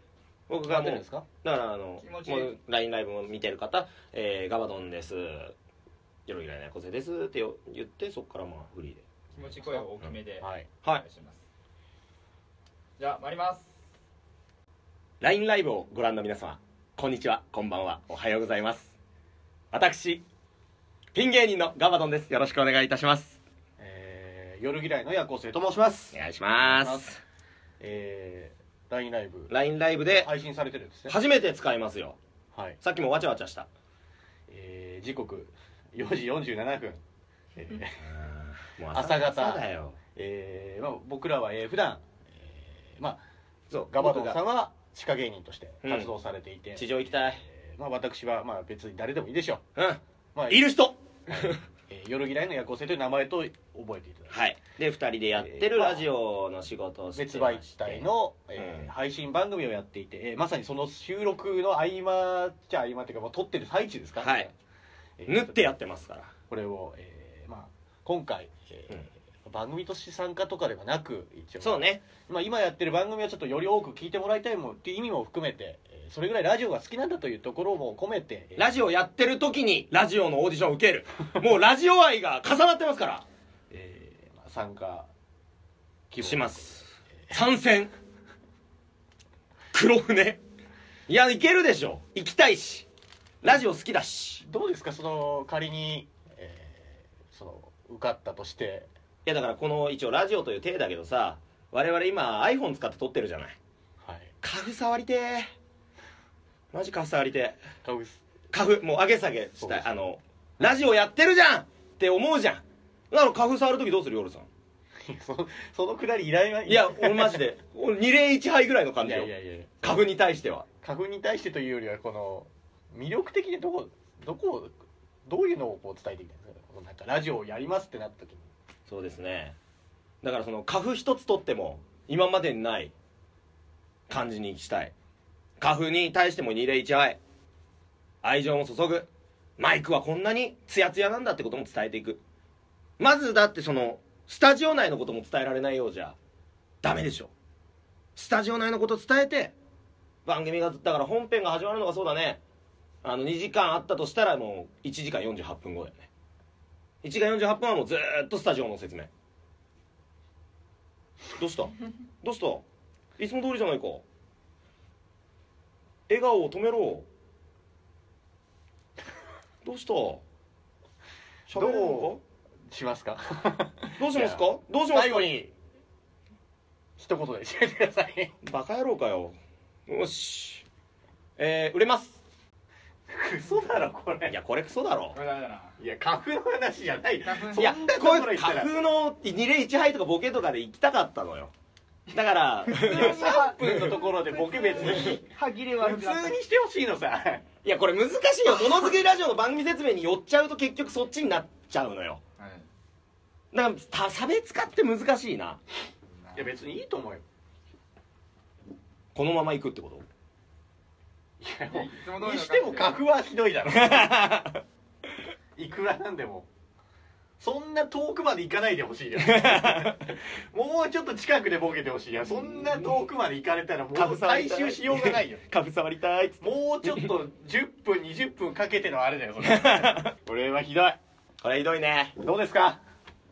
Speaker 2: 僕がもう、
Speaker 3: 入ってるんですか
Speaker 2: だから、あの、
Speaker 4: 気持ちいい
Speaker 2: もう、LINE ライブも見てる方、えー、ガバドンです。よろぎらいなこせですってよ言って、そこからまあ、フリーで。
Speaker 4: 気持ち声を大きめで
Speaker 3: はい
Speaker 4: お
Speaker 2: は
Speaker 4: 願いしますじゃあ参ります
Speaker 2: LINE ライブをご覧の皆様、こんにちは、こんばんは、おはようございます。私、ピン芸人のガバドンです。よろしくお願いいたします。
Speaker 3: えー夜嫌いの夜行性と申します
Speaker 2: お願いしま。
Speaker 3: ますえー LINE ライブ
Speaker 2: LINE ライブで、
Speaker 3: 配信されてるんですね
Speaker 2: 初めて使いますよ。
Speaker 3: はい、
Speaker 2: さっきもわちゃわちゃした。
Speaker 3: えー時刻4時47分、えー
Speaker 2: もう
Speaker 3: 朝方
Speaker 2: だよ
Speaker 3: えーまあ、僕らは、えー普段、えーまあ、
Speaker 2: そう
Speaker 3: ガバドン
Speaker 2: 僕
Speaker 3: さ
Speaker 2: が
Speaker 3: んは地下芸人として活動されていて、
Speaker 2: 地上行きたい
Speaker 3: えーまあ、私は、まあ、別に誰でもいいでしょ
Speaker 2: う
Speaker 3: う、
Speaker 2: ん
Speaker 3: まあ
Speaker 2: いる人
Speaker 3: えー夜嫌いの夜行性という名前と覚えていただいて、
Speaker 2: はいで2人でやってるラジオの仕事をして
Speaker 3: 別媒体の、えー
Speaker 2: うん
Speaker 3: 配信番組をやっていて、えーまさにその収録の合間っちゃ合間っていうか、まあ、撮ってる最中ですか
Speaker 2: はい
Speaker 3: えー
Speaker 2: 縫ってやってますから
Speaker 3: これを、えーまあ、今回、えー
Speaker 2: うん
Speaker 3: 番組として参加とかではなく一応
Speaker 2: そうね
Speaker 3: まあ、今やってる番組をちょっとより多く聞いてもらいたいもんっていう意味も含めてえーそれぐらいラジオが好きなんだというところも込めてえー
Speaker 2: ラジオやってる時にラジオのオーディションを受け るもうラジオ愛が重なってますから
Speaker 3: えーまあ参加希望
Speaker 2: します参戦黒船いやいけるでしょ行きたいしラジオ好きだし
Speaker 3: どうですかその仮に、えーその受かったとして
Speaker 2: いやだからこの一応ラジオという体だけどさ我々今 iPhone 使って撮ってるじゃない
Speaker 3: はい
Speaker 2: カフ触りてーマジカフ触りて
Speaker 3: カブス
Speaker 2: ーカフもう上げ下げし
Speaker 3: そう
Speaker 2: た
Speaker 3: で
Speaker 2: い
Speaker 3: す
Speaker 2: あのラジオやってるじゃんって思うじゃんだからカフ触るときどうする夜さん
Speaker 3: そそのくだりいらない
Speaker 2: いや俺マジで俺2例1杯ぐらいの感
Speaker 3: い
Speaker 2: じ
Speaker 3: や
Speaker 2: よ
Speaker 3: いやいや
Speaker 2: カフに対しては
Speaker 3: 花粉に対してというよりはこの魅力的にどこどこをどういうのをこう伝えていきたいんですかこうなんかラジオをやりますってなった時に
Speaker 2: そうですねだからその花粉一つ取っても今までにない感じにしたい花粉に対しても二礼一愛愛情も注ぐマイクはこんなにツヤツヤなんだってことも伝えていくまずだってそのスタジオ内のことも伝えられないようじゃダメでしょスタジオ内のこと伝えて番組がだから本編が始まるのがそうだねあの2時間あったとしたらもう1時間48分後だよね1時間48分はもうずーっとスタジオの説明どうしたどうしたいつも通りじゃないか笑顔を止めろどうした喋れるの
Speaker 3: しますか
Speaker 2: かどうしますか
Speaker 3: いや
Speaker 2: どうしますか
Speaker 3: 最後に一言で締めてくださ い
Speaker 2: バカ野郎かよよしえー、売れます
Speaker 3: クソだろこれ
Speaker 2: いやこれクソだろ
Speaker 4: これダメだない
Speaker 3: や花粉の話じゃない
Speaker 4: 花粉
Speaker 3: そ
Speaker 2: い
Speaker 3: ん
Speaker 2: や
Speaker 3: なとこ
Speaker 2: こ
Speaker 3: ろ
Speaker 2: れ
Speaker 3: 行った
Speaker 2: 花
Speaker 3: ら
Speaker 2: 粉の二例一杯とかボケとかで行きたかったのよだから
Speaker 3: 3分のところでボケ別に
Speaker 4: 歯切れ
Speaker 3: 普
Speaker 4: 悪くなっ
Speaker 3: 通にしてほしいのさ
Speaker 2: いやこれ難しいよ「ものづくりラジオ」の番組説明に寄っちゃうと結局そっちになっちゃうのよ
Speaker 4: たはい
Speaker 2: だからた差別化って難しいない
Speaker 3: や別にいいと思うよ
Speaker 2: このまま行くってこと
Speaker 3: いやもう
Speaker 4: いつも通りの
Speaker 3: にしても花粉はひどいだろ いくらなんでもそんな遠くまで行かないでほしいよ もうちょっと近くでボケてほしいよそんな遠くまで行かれたらもう回収しようがないよ
Speaker 2: 株触りたいっつって
Speaker 3: もうちょっと10分20分かけてのあれだよそれ これはひどい
Speaker 2: これひどいね
Speaker 3: どうですか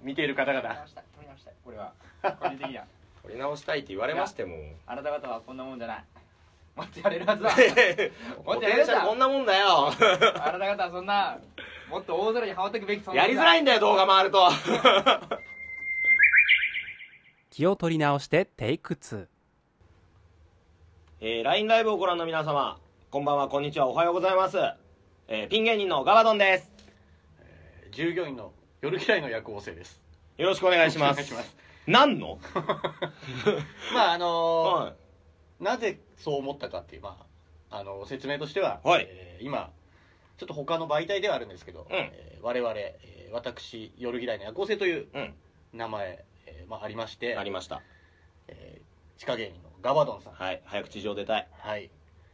Speaker 3: 見ている方
Speaker 4: 取り
Speaker 3: 々
Speaker 4: ました取りましたこれは個人的には
Speaker 2: 取り直したいって言われましても
Speaker 4: あなた方はこんなもんじゃないもっとやれるは ずだも
Speaker 2: ポ
Speaker 4: っと
Speaker 2: テ
Speaker 4: やれ
Speaker 2: ン
Speaker 4: る
Speaker 2: シャルこ
Speaker 4: は
Speaker 2: ん
Speaker 4: ず
Speaker 2: なもんだよ
Speaker 4: だあなた方はそんなもっと大空に羽ばたくべき存在だ
Speaker 2: やりづらいんだよ動画回ると
Speaker 1: 気を取り直してテイク2
Speaker 2: えー、LINE ライブをご覧の皆様こんばんはこんにちはおはようございます、えー、ピン芸人のガバドンです
Speaker 3: 従業員の夜嫌いの夜行性です
Speaker 2: よろしくお願いします
Speaker 3: お願いします
Speaker 2: 何の、
Speaker 3: まああのー
Speaker 2: はい
Speaker 3: なぜそう思ったかっていう、まあ、あの説明としては、
Speaker 2: はい
Speaker 3: えー今ちょっと他の媒体ではあるんですけど、
Speaker 2: うん
Speaker 3: えー我々、えー私夜嫌いの夜行性という
Speaker 2: うん
Speaker 3: 名前、えーまあ、ありまして
Speaker 2: ありました
Speaker 3: えー地下芸人のガバドンさん、
Speaker 2: はい早く地上出たい
Speaker 3: はい、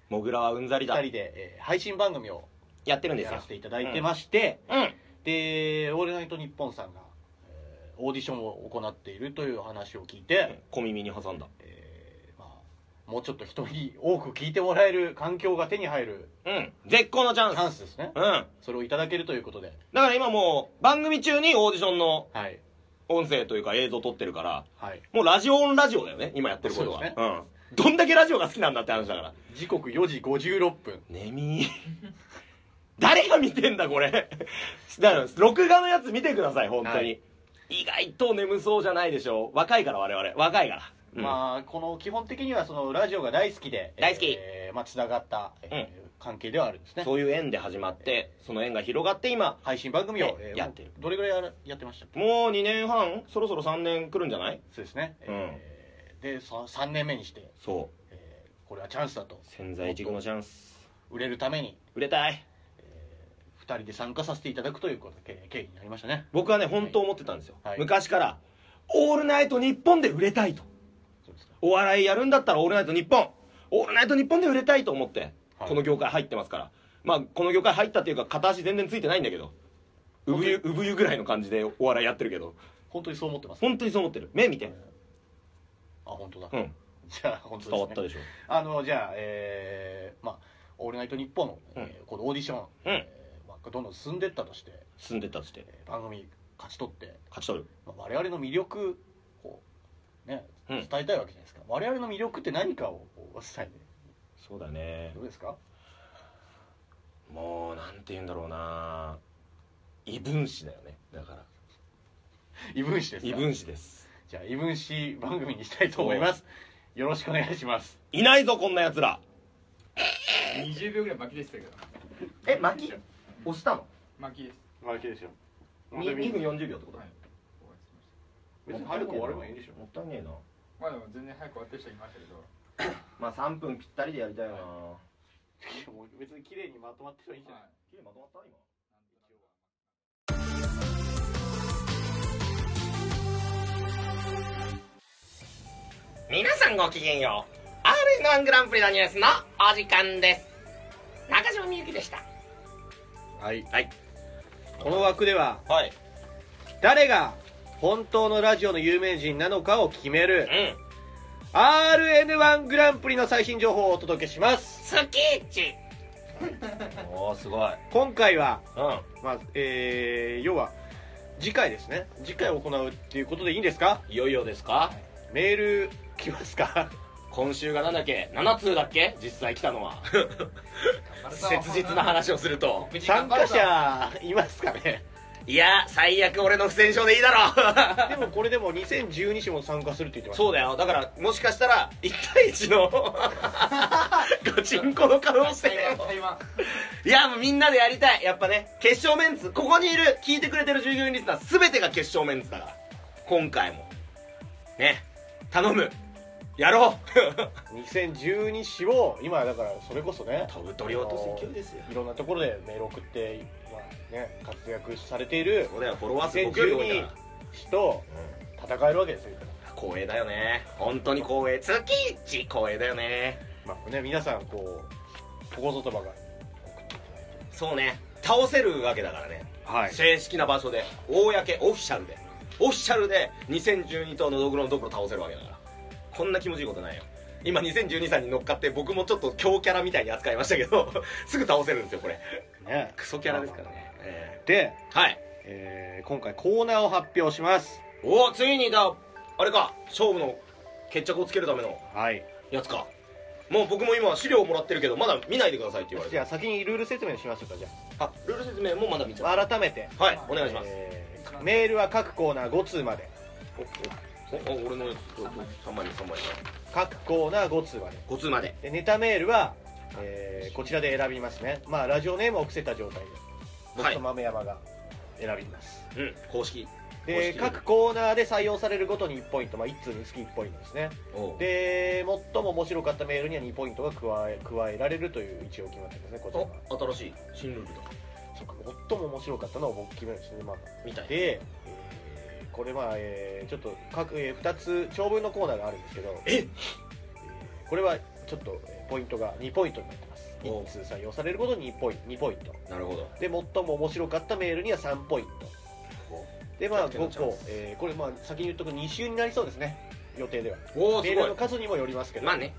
Speaker 2: モグラはうんざりだ
Speaker 3: 2人で、えー配信番組を
Speaker 2: やってるんです
Speaker 3: や
Speaker 2: よ
Speaker 3: らせていただいてまして、
Speaker 2: うん
Speaker 3: で「オールナイトニッポン」さんが、えーオーディションを行っているという話を聞いて、
Speaker 2: 小耳に挟んだ
Speaker 3: えーまあ、もうちょっと人に多く聞いてもらえる環境が手に入る
Speaker 2: うん絶好のチャ
Speaker 3: チ
Speaker 2: ンス
Speaker 3: ャンスですね
Speaker 2: うんだか
Speaker 3: それをいただけるということで
Speaker 2: ら今もう番組中にオーディションの
Speaker 3: はい
Speaker 2: 音声というか映像撮ってるから
Speaker 3: はい、
Speaker 2: もうラジオオンラジオだよね今やってることは
Speaker 3: そうです
Speaker 2: うんどんだけラジオが好きなんだって話だから
Speaker 3: 時刻4時56分
Speaker 2: 眠い 誰が見てんだこれだから録画のやつ見てください本当に、
Speaker 3: はい
Speaker 2: 意外と眠そうじゃないでしょ若いから我々若いから、うん
Speaker 3: まあこの基本的にはそのラジオが大好きで
Speaker 2: 大好き
Speaker 3: えーまあ、つながった、えー関係ではあるんですね
Speaker 2: そういう縁で始まってその縁が広がって今
Speaker 3: 配信番組を、
Speaker 2: え
Speaker 3: えー
Speaker 2: やってる
Speaker 3: どれぐらいやらやってましたっけ
Speaker 2: もう2年半そろそろ3年来るんじゃない
Speaker 3: そうですね、えーでさ3年目にして、
Speaker 2: そ
Speaker 3: えーこれはチャンスだと
Speaker 2: う潜在一遇のチャンス
Speaker 3: 売れるために
Speaker 2: 売れたい
Speaker 3: 2人で参加させていただくということけ経緯になりましたね
Speaker 2: 僕はね本当思ってたんですよ、
Speaker 3: はい
Speaker 2: 昔から「オールナイトニッポン」で売れたいと
Speaker 3: そうですか
Speaker 2: お笑いやるんだったら「オールナイトニッポン」「オールナイトニッポン」で売れたいと思って、
Speaker 3: はい
Speaker 2: この業界入ってますからまあこの業界入ったっていうか片足全然ついてないんだけど産湯産湯ぐらいの感じでお笑いやってるけど
Speaker 3: 本当にそう思ってます
Speaker 2: 本当にそう思ってる目見て
Speaker 3: あ本当だ、
Speaker 2: うん
Speaker 3: じゃあ本当です、ね、
Speaker 2: 伝わったでしょ
Speaker 3: あのじゃあえーまあ「オールナイトニッポンの」えーこのオーディション、えーまあ、どんどん進んでったとして、
Speaker 2: 進んでったっつって
Speaker 3: えー番組勝ち取って、
Speaker 2: 勝ち取る
Speaker 3: まあ、我々の魅力を、ね、
Speaker 2: うん
Speaker 3: 伝えたいわけじゃないですか、我々の魅力って何かをこうお伝えて
Speaker 2: そうだね
Speaker 3: どうですか
Speaker 2: もうなんて言うんだろうな異分子だよねだから
Speaker 3: 異分子ですか
Speaker 2: 異分子です
Speaker 3: じゃあ異分子番組にしたいと思いますよろしくお願いします
Speaker 2: いないぞこんなやつら
Speaker 4: 20秒ぐらい巻きでしたけど
Speaker 2: え巻き押したの
Speaker 4: 巻きです
Speaker 3: マルキでしょ
Speaker 2: に2分40秒ってこと
Speaker 4: はい
Speaker 3: 別に早く終わればいいでしょ
Speaker 2: もったいねえな
Speaker 4: まあでも全然早く終わってる人いましたけど
Speaker 2: まあ3分ぴったりでやりたいな
Speaker 3: もう別に綺麗にまとまってればいい
Speaker 4: はい
Speaker 2: 綺麗まとまった今
Speaker 5: 皆さんごきげんよう RN1 グランプリのニュースのお時間です中島みゆきでした
Speaker 3: はい、
Speaker 2: はい
Speaker 3: この枠では
Speaker 2: はい
Speaker 3: 誰が本当のラジオの有名人なのかを決める RN1 グランプリの最新情報をお届けします
Speaker 5: スキッチ
Speaker 2: うんおおすごい
Speaker 3: 今回は、
Speaker 2: う
Speaker 3: まあえー要は次回ですね次回行うっていうことでいいんですか
Speaker 2: んいよいよですか
Speaker 3: メール来ますか
Speaker 2: 今週がなんだっけ7通だっけ実際来た のは切実な話をすると
Speaker 3: 参加者いますかね
Speaker 2: いや最悪俺の不戦勝でいいだろう
Speaker 3: でもこれでも2012氏も参加するって 言ってました
Speaker 2: そうだよだからもしかしたら1対1のガチンコの可能性も
Speaker 4: 台湾
Speaker 2: いやもうみんなでやりたいやっぱね決勝メンツここにいる聞いてくれてる従業員リスナー全てが決勝メンツだから今回もね頼むやろう
Speaker 3: 2012氏を今だからそれこそね
Speaker 2: 飛ぶ鳥を落とす勢いですよ
Speaker 3: いろんなところでメール送って、まあね、活躍されている
Speaker 2: そうだよフォロワー数僕より多いから
Speaker 3: 2012人と戦えるわけですよ、
Speaker 2: 光栄だよね本当に光栄月一光栄だよね
Speaker 3: まあね、皆さんこうここぞとばかり送ってい
Speaker 2: そうね倒せるわけだからね、
Speaker 3: ただいて
Speaker 2: 正式な場所で公オフィシャルでオフィシャルで2012とのどぐろのどころ倒せるわけだからこんな気持ちいいことないよ今2012さんに乗っかって僕もちょっと強キャラみたいに扱いましたけど すぐ倒せるんですよこれ
Speaker 3: ね
Speaker 2: クソキャラですからね、え
Speaker 3: で、
Speaker 2: えはい
Speaker 3: えー今回コーナーを発表します
Speaker 2: おおついにだあれか勝負の決着をつけるための
Speaker 3: はい
Speaker 2: やつかもう僕も今資料をもらってるけどまだ見ないでくださいって言われて
Speaker 3: じゃあ先にルール説明しましょうかじゃ
Speaker 2: あルール説明もまだ見ちゃっ
Speaker 3: あ改めて、
Speaker 2: たはいお願いします、
Speaker 3: えーメールは各コーナー5通まで
Speaker 2: おおお俺のやつ3枚目3枚
Speaker 3: 各コーナー5通まで
Speaker 2: 目5通まで
Speaker 3: でネタメールは、えーこちらで選びますねまあラジオネームを伏せた状態で僕
Speaker 2: はい
Speaker 3: と豆山が選びます、
Speaker 2: うん公式
Speaker 3: で
Speaker 2: 公式
Speaker 3: 各コーナーで採用されるごとに1ポイント、まあ、1通につき1ポイントですね
Speaker 2: おう
Speaker 3: で最も面白かったメールには2ポイントが加え加えられるという一応決まってますねこちらは
Speaker 2: お新しい新ルールだ
Speaker 3: そっか最も面白かったのを僕決めるんですねまだ
Speaker 2: みたいな
Speaker 3: で、えーこれまあ、えーちょっと各、え2つ長文のコーナーがあるんですけど
Speaker 2: え
Speaker 3: えーこれはちょっとえーポイントが2ポイントになってます
Speaker 2: お
Speaker 3: 1通採用されるごとに2ポイント2ポイント
Speaker 2: なるほど
Speaker 3: で最も面白かったメールには3ポイントでまあ
Speaker 2: キャプテンの
Speaker 3: 5
Speaker 2: チャン
Speaker 3: 個
Speaker 2: ス、
Speaker 3: えーこれまあ先に言っとく2週になりそうですね予定では
Speaker 2: おおす
Speaker 3: メー
Speaker 2: ご
Speaker 3: ル
Speaker 2: い
Speaker 3: の数にもよりますけど、
Speaker 2: まあね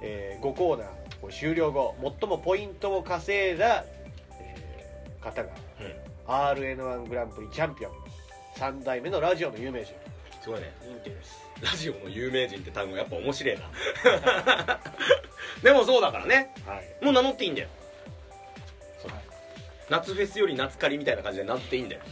Speaker 3: え5コーナーこれ終了後最もポイントを稼いだ、えー方が、RN1 グランプリチャンピオン3代目のラジオの有名人
Speaker 2: すごいね
Speaker 3: 認定です
Speaker 2: ラジオの有名人って単語やっぱ面白いな でもそうだからね
Speaker 3: はい
Speaker 2: もう名乗っていいんだよ
Speaker 3: そう
Speaker 2: 夏フェスより夏狩りみたいな感じで名乗っていいんだよ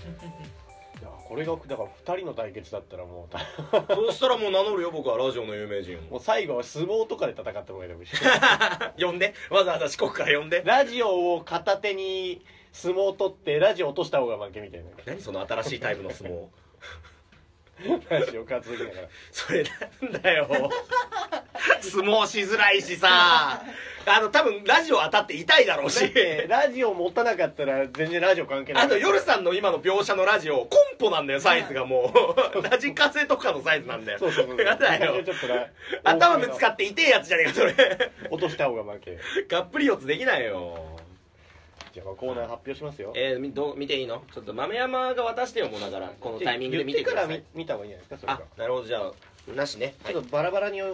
Speaker 3: いやこれがだから2人の対決だった らもう
Speaker 2: そうしたらもう名乗るよ僕はラジオの有名人
Speaker 3: もう最後は相撲とかで戦ってもらえればいいし
Speaker 2: を呼んでわざわざ四国から呼んで
Speaker 3: ラジオを片手に相撲を取ってラジオ落とした方が負けみたいな
Speaker 2: 何その新しいタイプの相撲
Speaker 3: ラジオ担ぎながら
Speaker 2: それなんだよ 相撲しづらいしさあの多分ラジオ当たって痛いだろう
Speaker 3: だっ
Speaker 2: して
Speaker 3: ラジオ持たなかったら全然ラジオ関係ない
Speaker 2: あと夜さんの今の描写のラジオコンポなんだよサイズがもうラジカセとかのサイズなんだよ
Speaker 3: そうそうそう
Speaker 2: やだよ
Speaker 3: ちょっとな
Speaker 2: 頭ぶつかって痛えやつじゃねえかそれ
Speaker 3: 落とした方が負け
Speaker 2: がっぷり四つできないよ
Speaker 3: じゃあまあコーナー発表しますよ
Speaker 2: えーみどう見ていいのちょっと豆山が渡してよもうだからこのタイミングで見て
Speaker 3: 言
Speaker 2: く
Speaker 3: って
Speaker 2: だ
Speaker 3: か
Speaker 2: さ
Speaker 3: ら
Speaker 2: い
Speaker 3: 見見た方がいいんじゃないですかそれ
Speaker 2: あ
Speaker 3: か
Speaker 2: なるほどじゃあなしね、は
Speaker 3: ちょっとバラバラに言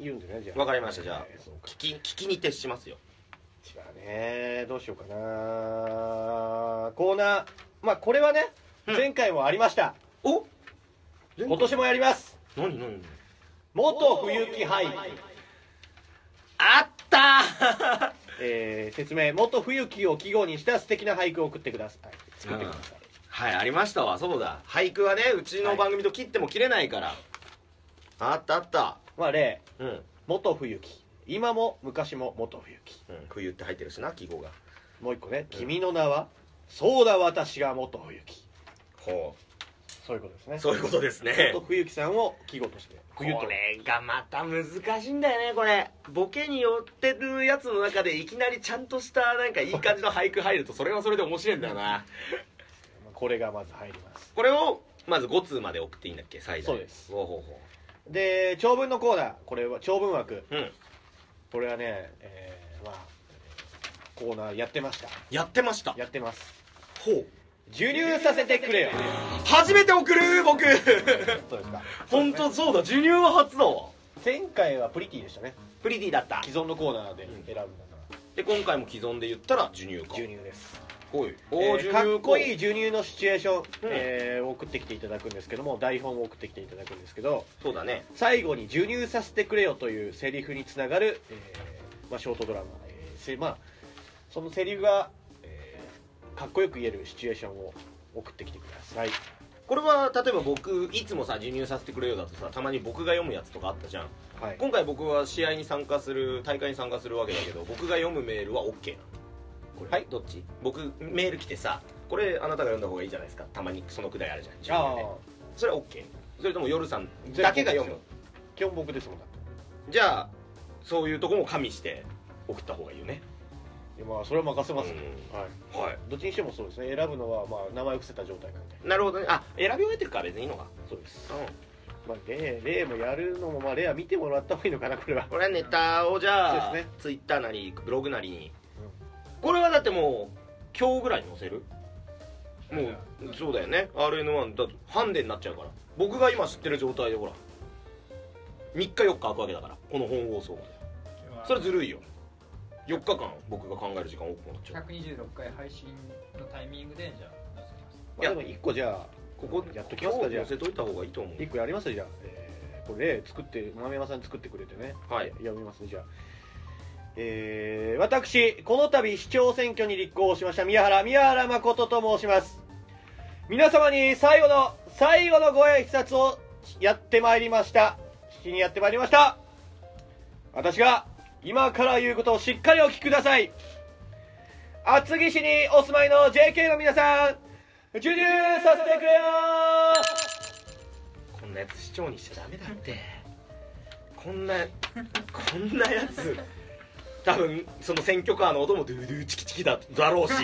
Speaker 3: うんでねじゃあ
Speaker 2: わかりましたじゃあ
Speaker 3: はいそうか
Speaker 2: 聞き聞きに徹しますよ
Speaker 3: 違うねどうしようかなコーナーまあこれはね前回もありました、
Speaker 2: お
Speaker 3: 今年もやります
Speaker 2: 何何
Speaker 3: 元冬木杯
Speaker 2: あったー
Speaker 3: えー説明元冬木を季語にした素敵な俳句を送ってください作ってください、
Speaker 2: はいありましたわそうだ俳句はねうちの番組と切っても切れないから、あったあった
Speaker 3: まあ例
Speaker 2: うん、うん、
Speaker 3: 元冬木今も昔も元冬木
Speaker 2: 冬って入ってるしな記号が
Speaker 3: もう一個ね君の名は、そうだ私が元冬木
Speaker 2: ほ
Speaker 3: そういうことですね
Speaker 2: うそういうことですね
Speaker 3: 元冬木さんを季語として
Speaker 2: こ
Speaker 3: 冬と
Speaker 2: れがまた難しいんだよねこれボケに寄ってるやつの中でいきなりちゃんとしたなんかいい感じの俳句入るとそれはそれで面白いんだよな
Speaker 3: これがまず入ります
Speaker 2: これをまず5通まで送っていいんだっけ最大
Speaker 3: そうです
Speaker 2: ほうほうほ
Speaker 3: で長文のコーナーこれは長文枠
Speaker 2: ううん
Speaker 3: これはね、えーまあコーナーやってました
Speaker 2: やってました
Speaker 3: やってます
Speaker 2: ほう
Speaker 3: 授乳させてくれよ
Speaker 2: 初めて送る僕
Speaker 3: そうですか
Speaker 2: 本当そうだ授乳は初だわ
Speaker 3: 前回はプリティでしたね
Speaker 2: プリティだった
Speaker 3: 既存のコーナーで選
Speaker 2: ん
Speaker 3: んだのは
Speaker 2: で今回も既存で言ったら授乳か
Speaker 3: 授乳です、
Speaker 2: おいおー
Speaker 3: えー
Speaker 2: 授乳
Speaker 3: かっこいい
Speaker 2: い
Speaker 3: 授乳のシチュエーション、えー送ってきていただくんですけども台本を送ってきていただくんですけど
Speaker 2: そうだね
Speaker 3: 最後に「授乳させてくれよ」というセリフにつながる、えーまあ、ショートドラマ、えーせまあ、そのセリフが、えーかっこよく言えるシチュエーションを送ってきてください
Speaker 2: これは例えば僕いつもさ授乳させてくれよだとさたまに僕が読むやつとかあったじゃん
Speaker 3: はい
Speaker 2: 今回僕は試合に参加する大会に参加するわけだけど僕が読むメールは OK なの
Speaker 3: はい
Speaker 2: どっち僕メール来てさこれあなたが読んだ方がいいじゃないですかたまにそのくだりあるじゃん自
Speaker 3: あ
Speaker 2: 分でね
Speaker 3: あ
Speaker 2: それは OK それとも夜さんだけが読む
Speaker 3: 基本僕ですもんだっ
Speaker 2: じゃあそういうとこも加味して送った方がいいよね
Speaker 3: ていやまあそれは任せますよ、
Speaker 2: う
Speaker 3: はい
Speaker 2: は
Speaker 3: どっちにしてもそうですね選ぶのはまあ名前を伏せた状態なんで
Speaker 2: いなるほどねあ選び終えてるから別にいいのか
Speaker 3: そうです、
Speaker 2: うん
Speaker 3: まあ、例例もやるのもまあ例は見てもらった方がいいのかなこれは
Speaker 2: これはネタをじゃあ、
Speaker 3: そうですね
Speaker 2: ツイッターなりブログなりに、これはだってもう今日ぐらいに載せるもうそうだよね RN1 だとハンデになっちゃうから僕が今知ってる状態でほら3日4日空くわけだからこの本放送までそれずるいよ4日間僕が考える時間多くなっちゃう
Speaker 4: 126回配信のタイミングでじゃあ載せてます
Speaker 3: まあ、でも一個じゃあ
Speaker 2: ここ
Speaker 3: やっときますか
Speaker 2: 今日
Speaker 3: じゃあ
Speaker 2: 載せといた方がいいと思う
Speaker 3: 一個やりますよじゃあ、えーこれ作って豆山さん作ってくれてね
Speaker 2: はい
Speaker 3: 読みますねじゃあえー私この度市長選挙に立候補しました宮原宮原誠と申します皆様に最後の最後のご挨拶をやってまいりましたしにやってまいりました私が今から言うことをしっかりお聞きください厚木市にお住まいの JK の皆さん授乳させてくれよ
Speaker 2: こんなやつ市長にしちゃダメだってこんなこんなやつ多分その選挙カーの音もドゥドゥチキチキだだろうし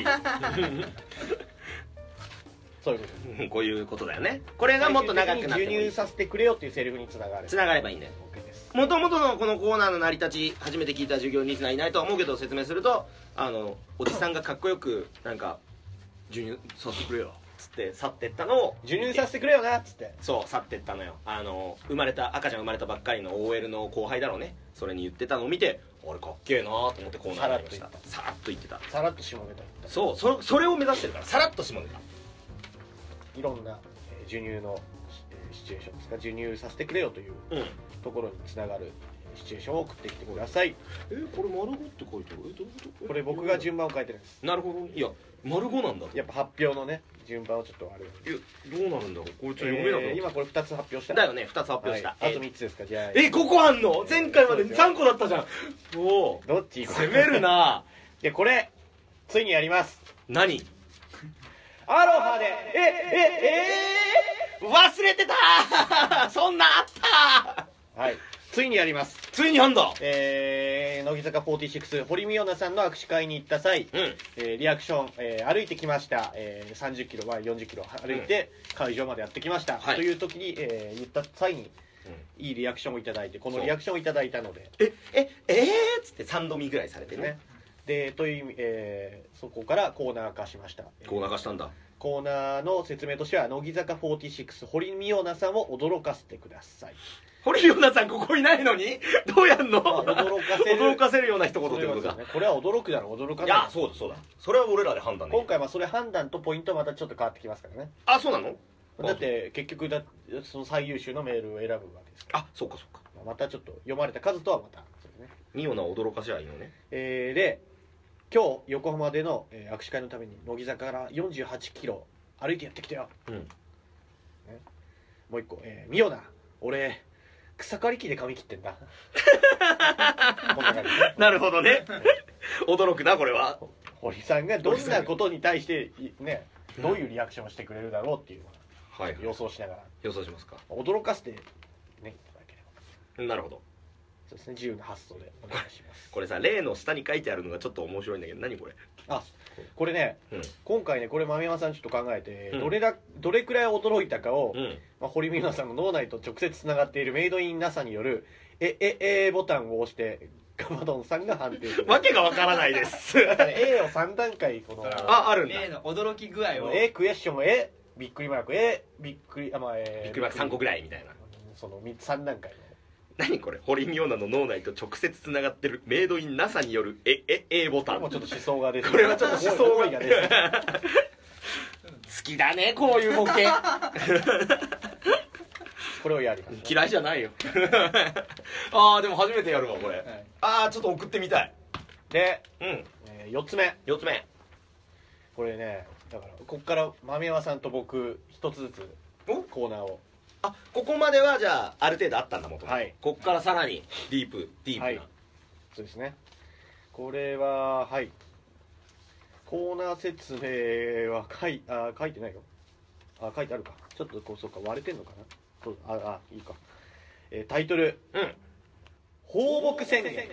Speaker 3: そういうことです
Speaker 2: うんこういうことだよねこれがもっと長くなっても
Speaker 3: 授
Speaker 2: い
Speaker 3: 乳
Speaker 2: い
Speaker 3: させてくれよっていうセリフにつながる
Speaker 2: つながればいいんだよ
Speaker 3: OK です
Speaker 2: もともとのこのコーナーの成り立ち初めて聞いた授業にはいないとは思うけど説明するとあのおじさんがかっこよくなんか「授乳させてくれよ」つって去ってったのを
Speaker 3: 授乳させてくれよなっつって
Speaker 2: そう去ってったのよあの生まれた赤ちゃん生まれたばっかりの OL の後輩だろうねそれに言ってたのを見てあれかっけえなと思ってこうなりましたさらっと言ってた
Speaker 3: さらっと下ネタ言っ
Speaker 2: そうそそれを目指してるからさらっと下ネタ
Speaker 3: たいろんな、えー授乳の、えーシチュエーションですか授乳させてくれよという
Speaker 2: うん
Speaker 3: ところにつながるシチュエーションを送ってきてください
Speaker 2: えこれ丸五って書いてあるえどういうこと
Speaker 3: これ僕が順番を書いてるんです
Speaker 2: なるほどいや丸五なんだと
Speaker 3: やっぱ発表のね順番をちょっとあれ
Speaker 2: いやどうなるんだろうこれちょっと読めなくな
Speaker 3: えー
Speaker 2: っちゃ
Speaker 3: 今これ2つ発表した
Speaker 2: うだよね2つ発表
Speaker 3: は
Speaker 2: し
Speaker 3: い、
Speaker 2: た、
Speaker 3: あと3つですかじゃあ
Speaker 2: ええ5個あんの前回まで
Speaker 3: そうですよ
Speaker 2: 3個だったじゃんおお
Speaker 3: どっ ち
Speaker 2: 攻めるな
Speaker 3: でこれついにやります
Speaker 2: 何
Speaker 3: アロハでええ
Speaker 2: え忘れてた そんなんあった
Speaker 3: えはいついにやります
Speaker 2: ついにあんだ
Speaker 3: えー、乃木坂46堀美央奈さんの握手会に行った際、
Speaker 2: うん
Speaker 3: えーリアクション、えー歩いてきました、えー、3 0キロまあ4 0キロ歩いて会場までやってきました、
Speaker 2: はい
Speaker 3: という時に、えー言った際にいいリアクションをいただいてこの
Speaker 2: そう
Speaker 3: リアクションをいただいたので
Speaker 2: えええーっつって3度見ぐらいされて
Speaker 3: ね
Speaker 2: ね
Speaker 3: でという意味、えーそこからコーナー化しました
Speaker 2: こう流したんだ
Speaker 3: コーナーの説明としては乃木坂46堀美央奈さんを驚かせてくだ さい
Speaker 2: 堀井奈さんここいないのにどうやんの
Speaker 3: まあ驚かせる
Speaker 2: 驚かせるような一言ってこと
Speaker 3: それ
Speaker 2: か
Speaker 3: はそうねこれは驚くだろう驚かないいだろ
Speaker 2: や
Speaker 3: う
Speaker 2: そうだそうだそれは俺らで判断でき
Speaker 3: 今
Speaker 2: る
Speaker 3: 回はそれ判断とポイントはまたちょっと変わってきますからね
Speaker 2: あそうなのあ
Speaker 3: だって結局だその最優秀のメールを選ぶわけですか
Speaker 2: あそうかそうから
Speaker 3: またちょっと読まれた数とはまたそれね
Speaker 2: ニオナを驚かせはいいのね
Speaker 3: えーで今日横浜での、えー握手会のために乃木坂から4 8キロ歩いてやってきたよ
Speaker 2: うん
Speaker 3: もう一個「えー、ミオナ俺草刈り機で髪切ってん だ」こんな感じね
Speaker 2: なるほどね驚くなこれは
Speaker 3: 堀さんがどんなことに対していねどういうリアクションをしてくれるだろうっていうのを
Speaker 2: はい
Speaker 3: 予想しながら
Speaker 2: 予想しますか
Speaker 3: 驚かせてねいただければ
Speaker 2: なるほど
Speaker 3: そうですね自由な発想でお願いします
Speaker 2: これさ例の下に書いてあるのがちょっと面白いんだけど何これ
Speaker 3: あこれね
Speaker 2: うん
Speaker 3: 今回ねこれ豆山さんちょっと考えて、
Speaker 2: うん
Speaker 3: どれだどれくらい驚いたかを、
Speaker 2: うん
Speaker 3: まあ、堀美奈さんの脳内と直接つながっているメイドイン NASA による「えええボタンを押してガマドンさんが判定する
Speaker 2: わけがわからないです
Speaker 3: A を3段階こ の
Speaker 2: ああるんだ
Speaker 4: 例の驚き具合を
Speaker 3: A クエスチョン A びっくりマーク A びっくりあまあ A
Speaker 2: ビッグバック3個ぐらいみたいな
Speaker 3: その3段階の
Speaker 2: 何これ堀美央奈の脳内と直接つながってるメイドイン NASA によるえええボ
Speaker 3: こ
Speaker 2: タ
Speaker 3: れ
Speaker 2: ン
Speaker 3: も
Speaker 2: 好
Speaker 3: ちょっと思想が出てる
Speaker 2: これはちょっと思想が
Speaker 3: 思いが出てる
Speaker 2: きだねこういうボケ
Speaker 3: これをやります
Speaker 2: 嫌いじゃないよ ああでも初めてやるわこれ
Speaker 4: はい
Speaker 2: ああちょっと送ってみたい
Speaker 3: で、
Speaker 2: うん
Speaker 3: え4つ目
Speaker 2: 4つ目
Speaker 3: これねだからこっから豆山さんと僕一つずつ
Speaker 2: お
Speaker 3: コーナーを
Speaker 2: あここまではじゃあある程度あったんだもん
Speaker 3: はい
Speaker 2: こっからさらにディープディープな、
Speaker 3: はいそうですねこれははいコーナー説明は書いあ書いてないよあ書いてあるかちょっとこうそうか割れてんのかなそうああいいか、えータイトル
Speaker 2: うん
Speaker 3: 「放牧宣言」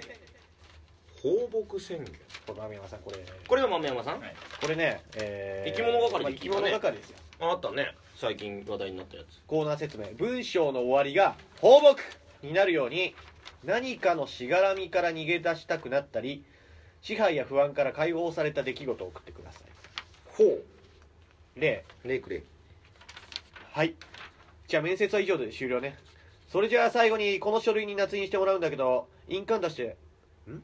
Speaker 2: 放牧宣言
Speaker 3: これ豆山さんこれ
Speaker 2: これが豆山さん
Speaker 4: はい
Speaker 3: これね、えー
Speaker 2: 生き物係
Speaker 3: まあ
Speaker 2: で
Speaker 3: 生
Speaker 2: 聞
Speaker 3: き
Speaker 2: いたね
Speaker 3: 物係ですよ
Speaker 2: ああったね最近話題になったやつ
Speaker 3: コーナー説明文章の終わりが「放牧」になるように何かのしがらみから逃げ出したくなったり支配や不安から解放された出来事を送ってくださ
Speaker 2: ほ
Speaker 3: い例
Speaker 2: うレイクレイ
Speaker 3: はいじゃあ面接は以上で終了ねそれじゃあ最後にこの書類に捺印してもらうんだけど印鑑出してん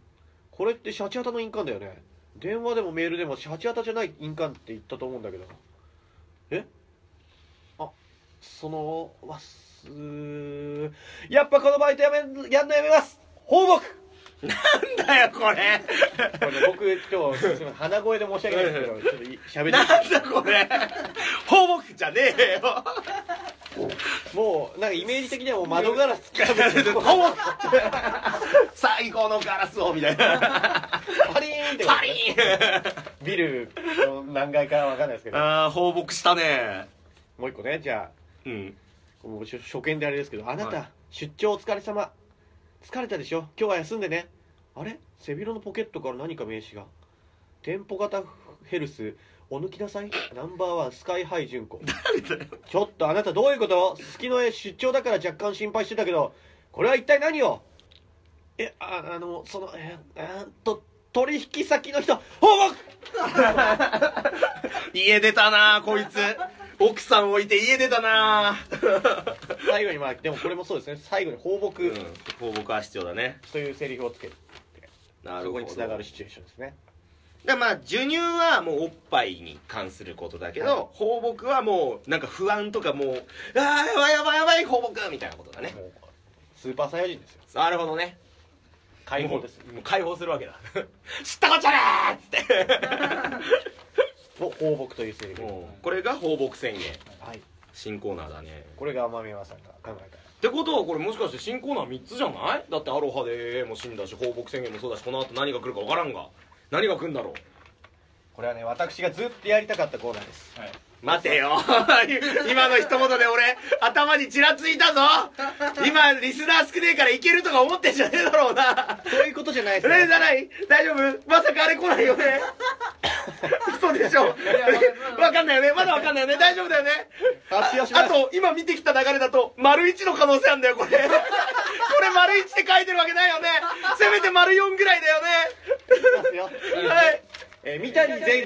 Speaker 3: これってシャチハタの印鑑だよね電話でもメールでもシャチハタじゃない印鑑って言ったと思うんだけどえあそのわっすーやっぱこのバイトやめやんのやめます放牧
Speaker 2: なんだよこれ
Speaker 3: これね僕今日すいません鼻声で申し訳ないんですけどちょっとい喋って
Speaker 2: なんだこれ放牧じゃねえよ
Speaker 3: もうなんかイメージ的にはもう窓ガラス突き破って放牧
Speaker 2: 最後のガラスをみたいな
Speaker 3: パリーンってことね
Speaker 2: パリーン
Speaker 3: ビルの何階かわかんないですけど、
Speaker 2: ああ放牧したね
Speaker 3: もう一個ね、じゃ
Speaker 2: うん
Speaker 3: あ、もう初初見であれですけど、あなた、
Speaker 2: は
Speaker 3: 出張お疲れ様。疲れたでしょ今日は休んでね。あれ背広のポケットから何か名刺が。店舗型ヘルス、お抜きなさい。ナンバーワン、スカイハイ純子。ちょっとあなたどういうことすすきの絵出張だから若干心配してたけど、これは一体何をえ、ああの、その、えー、えーっと、取引先の人、放牧
Speaker 2: 家出たなこいつ奥さん置いて家出たな
Speaker 3: 最後にまあでもこれもそうですね最後に放牧
Speaker 2: うん放牧は必要だね
Speaker 3: というセリフをつける、
Speaker 2: なる
Speaker 3: そ
Speaker 2: ほ
Speaker 3: こ
Speaker 2: ど
Speaker 3: につながるシチュエーションですね
Speaker 2: だからまあ授乳はもうおっぱいに関することだけど、
Speaker 3: はい
Speaker 2: 放牧はもうなんか不安とかもうああやばいやばいやばい放牧みたいなことだね
Speaker 3: もうスーパーサイヤ人ですよ
Speaker 2: なるほどね
Speaker 3: 解放です
Speaker 2: もうもう解放するわけだ 知ったこっちゃねーっつ
Speaker 3: を放牧というセリ
Speaker 2: って
Speaker 3: フ
Speaker 2: もうこれが放牧宣言
Speaker 3: はい
Speaker 2: 新コーナーだね
Speaker 3: これが天宮さんが考え
Speaker 2: ってことはこれもしかして新コーナー3つじゃないだってアロハでも死んだし放牧宣言もそうだしこの後何が来るか分からんが何が来るんだろう
Speaker 3: たこれはね私がずっとやりたかったコーナーです
Speaker 4: はい
Speaker 2: 待てよ 今の一言で俺頭にちらついたぞ今リスナー少ねえからいけるとか思ってんじゃねえだろうな
Speaker 3: そういうことじゃないで
Speaker 2: そ
Speaker 3: す
Speaker 2: れ
Speaker 3: ね
Speaker 2: じゃない大丈夫まさかあれ来ないよ ね嘘でしょ 分かんないよねまだ分かんないよね大丈夫だよね
Speaker 3: 発表し
Speaker 2: あ
Speaker 3: ます
Speaker 2: と今見てきた流れだと丸一の可能性あるんだよこれこれ丸一で書いてるわけないよねせめて丸四ぐらいだよね
Speaker 3: ますよ
Speaker 2: はい、えー、三谷前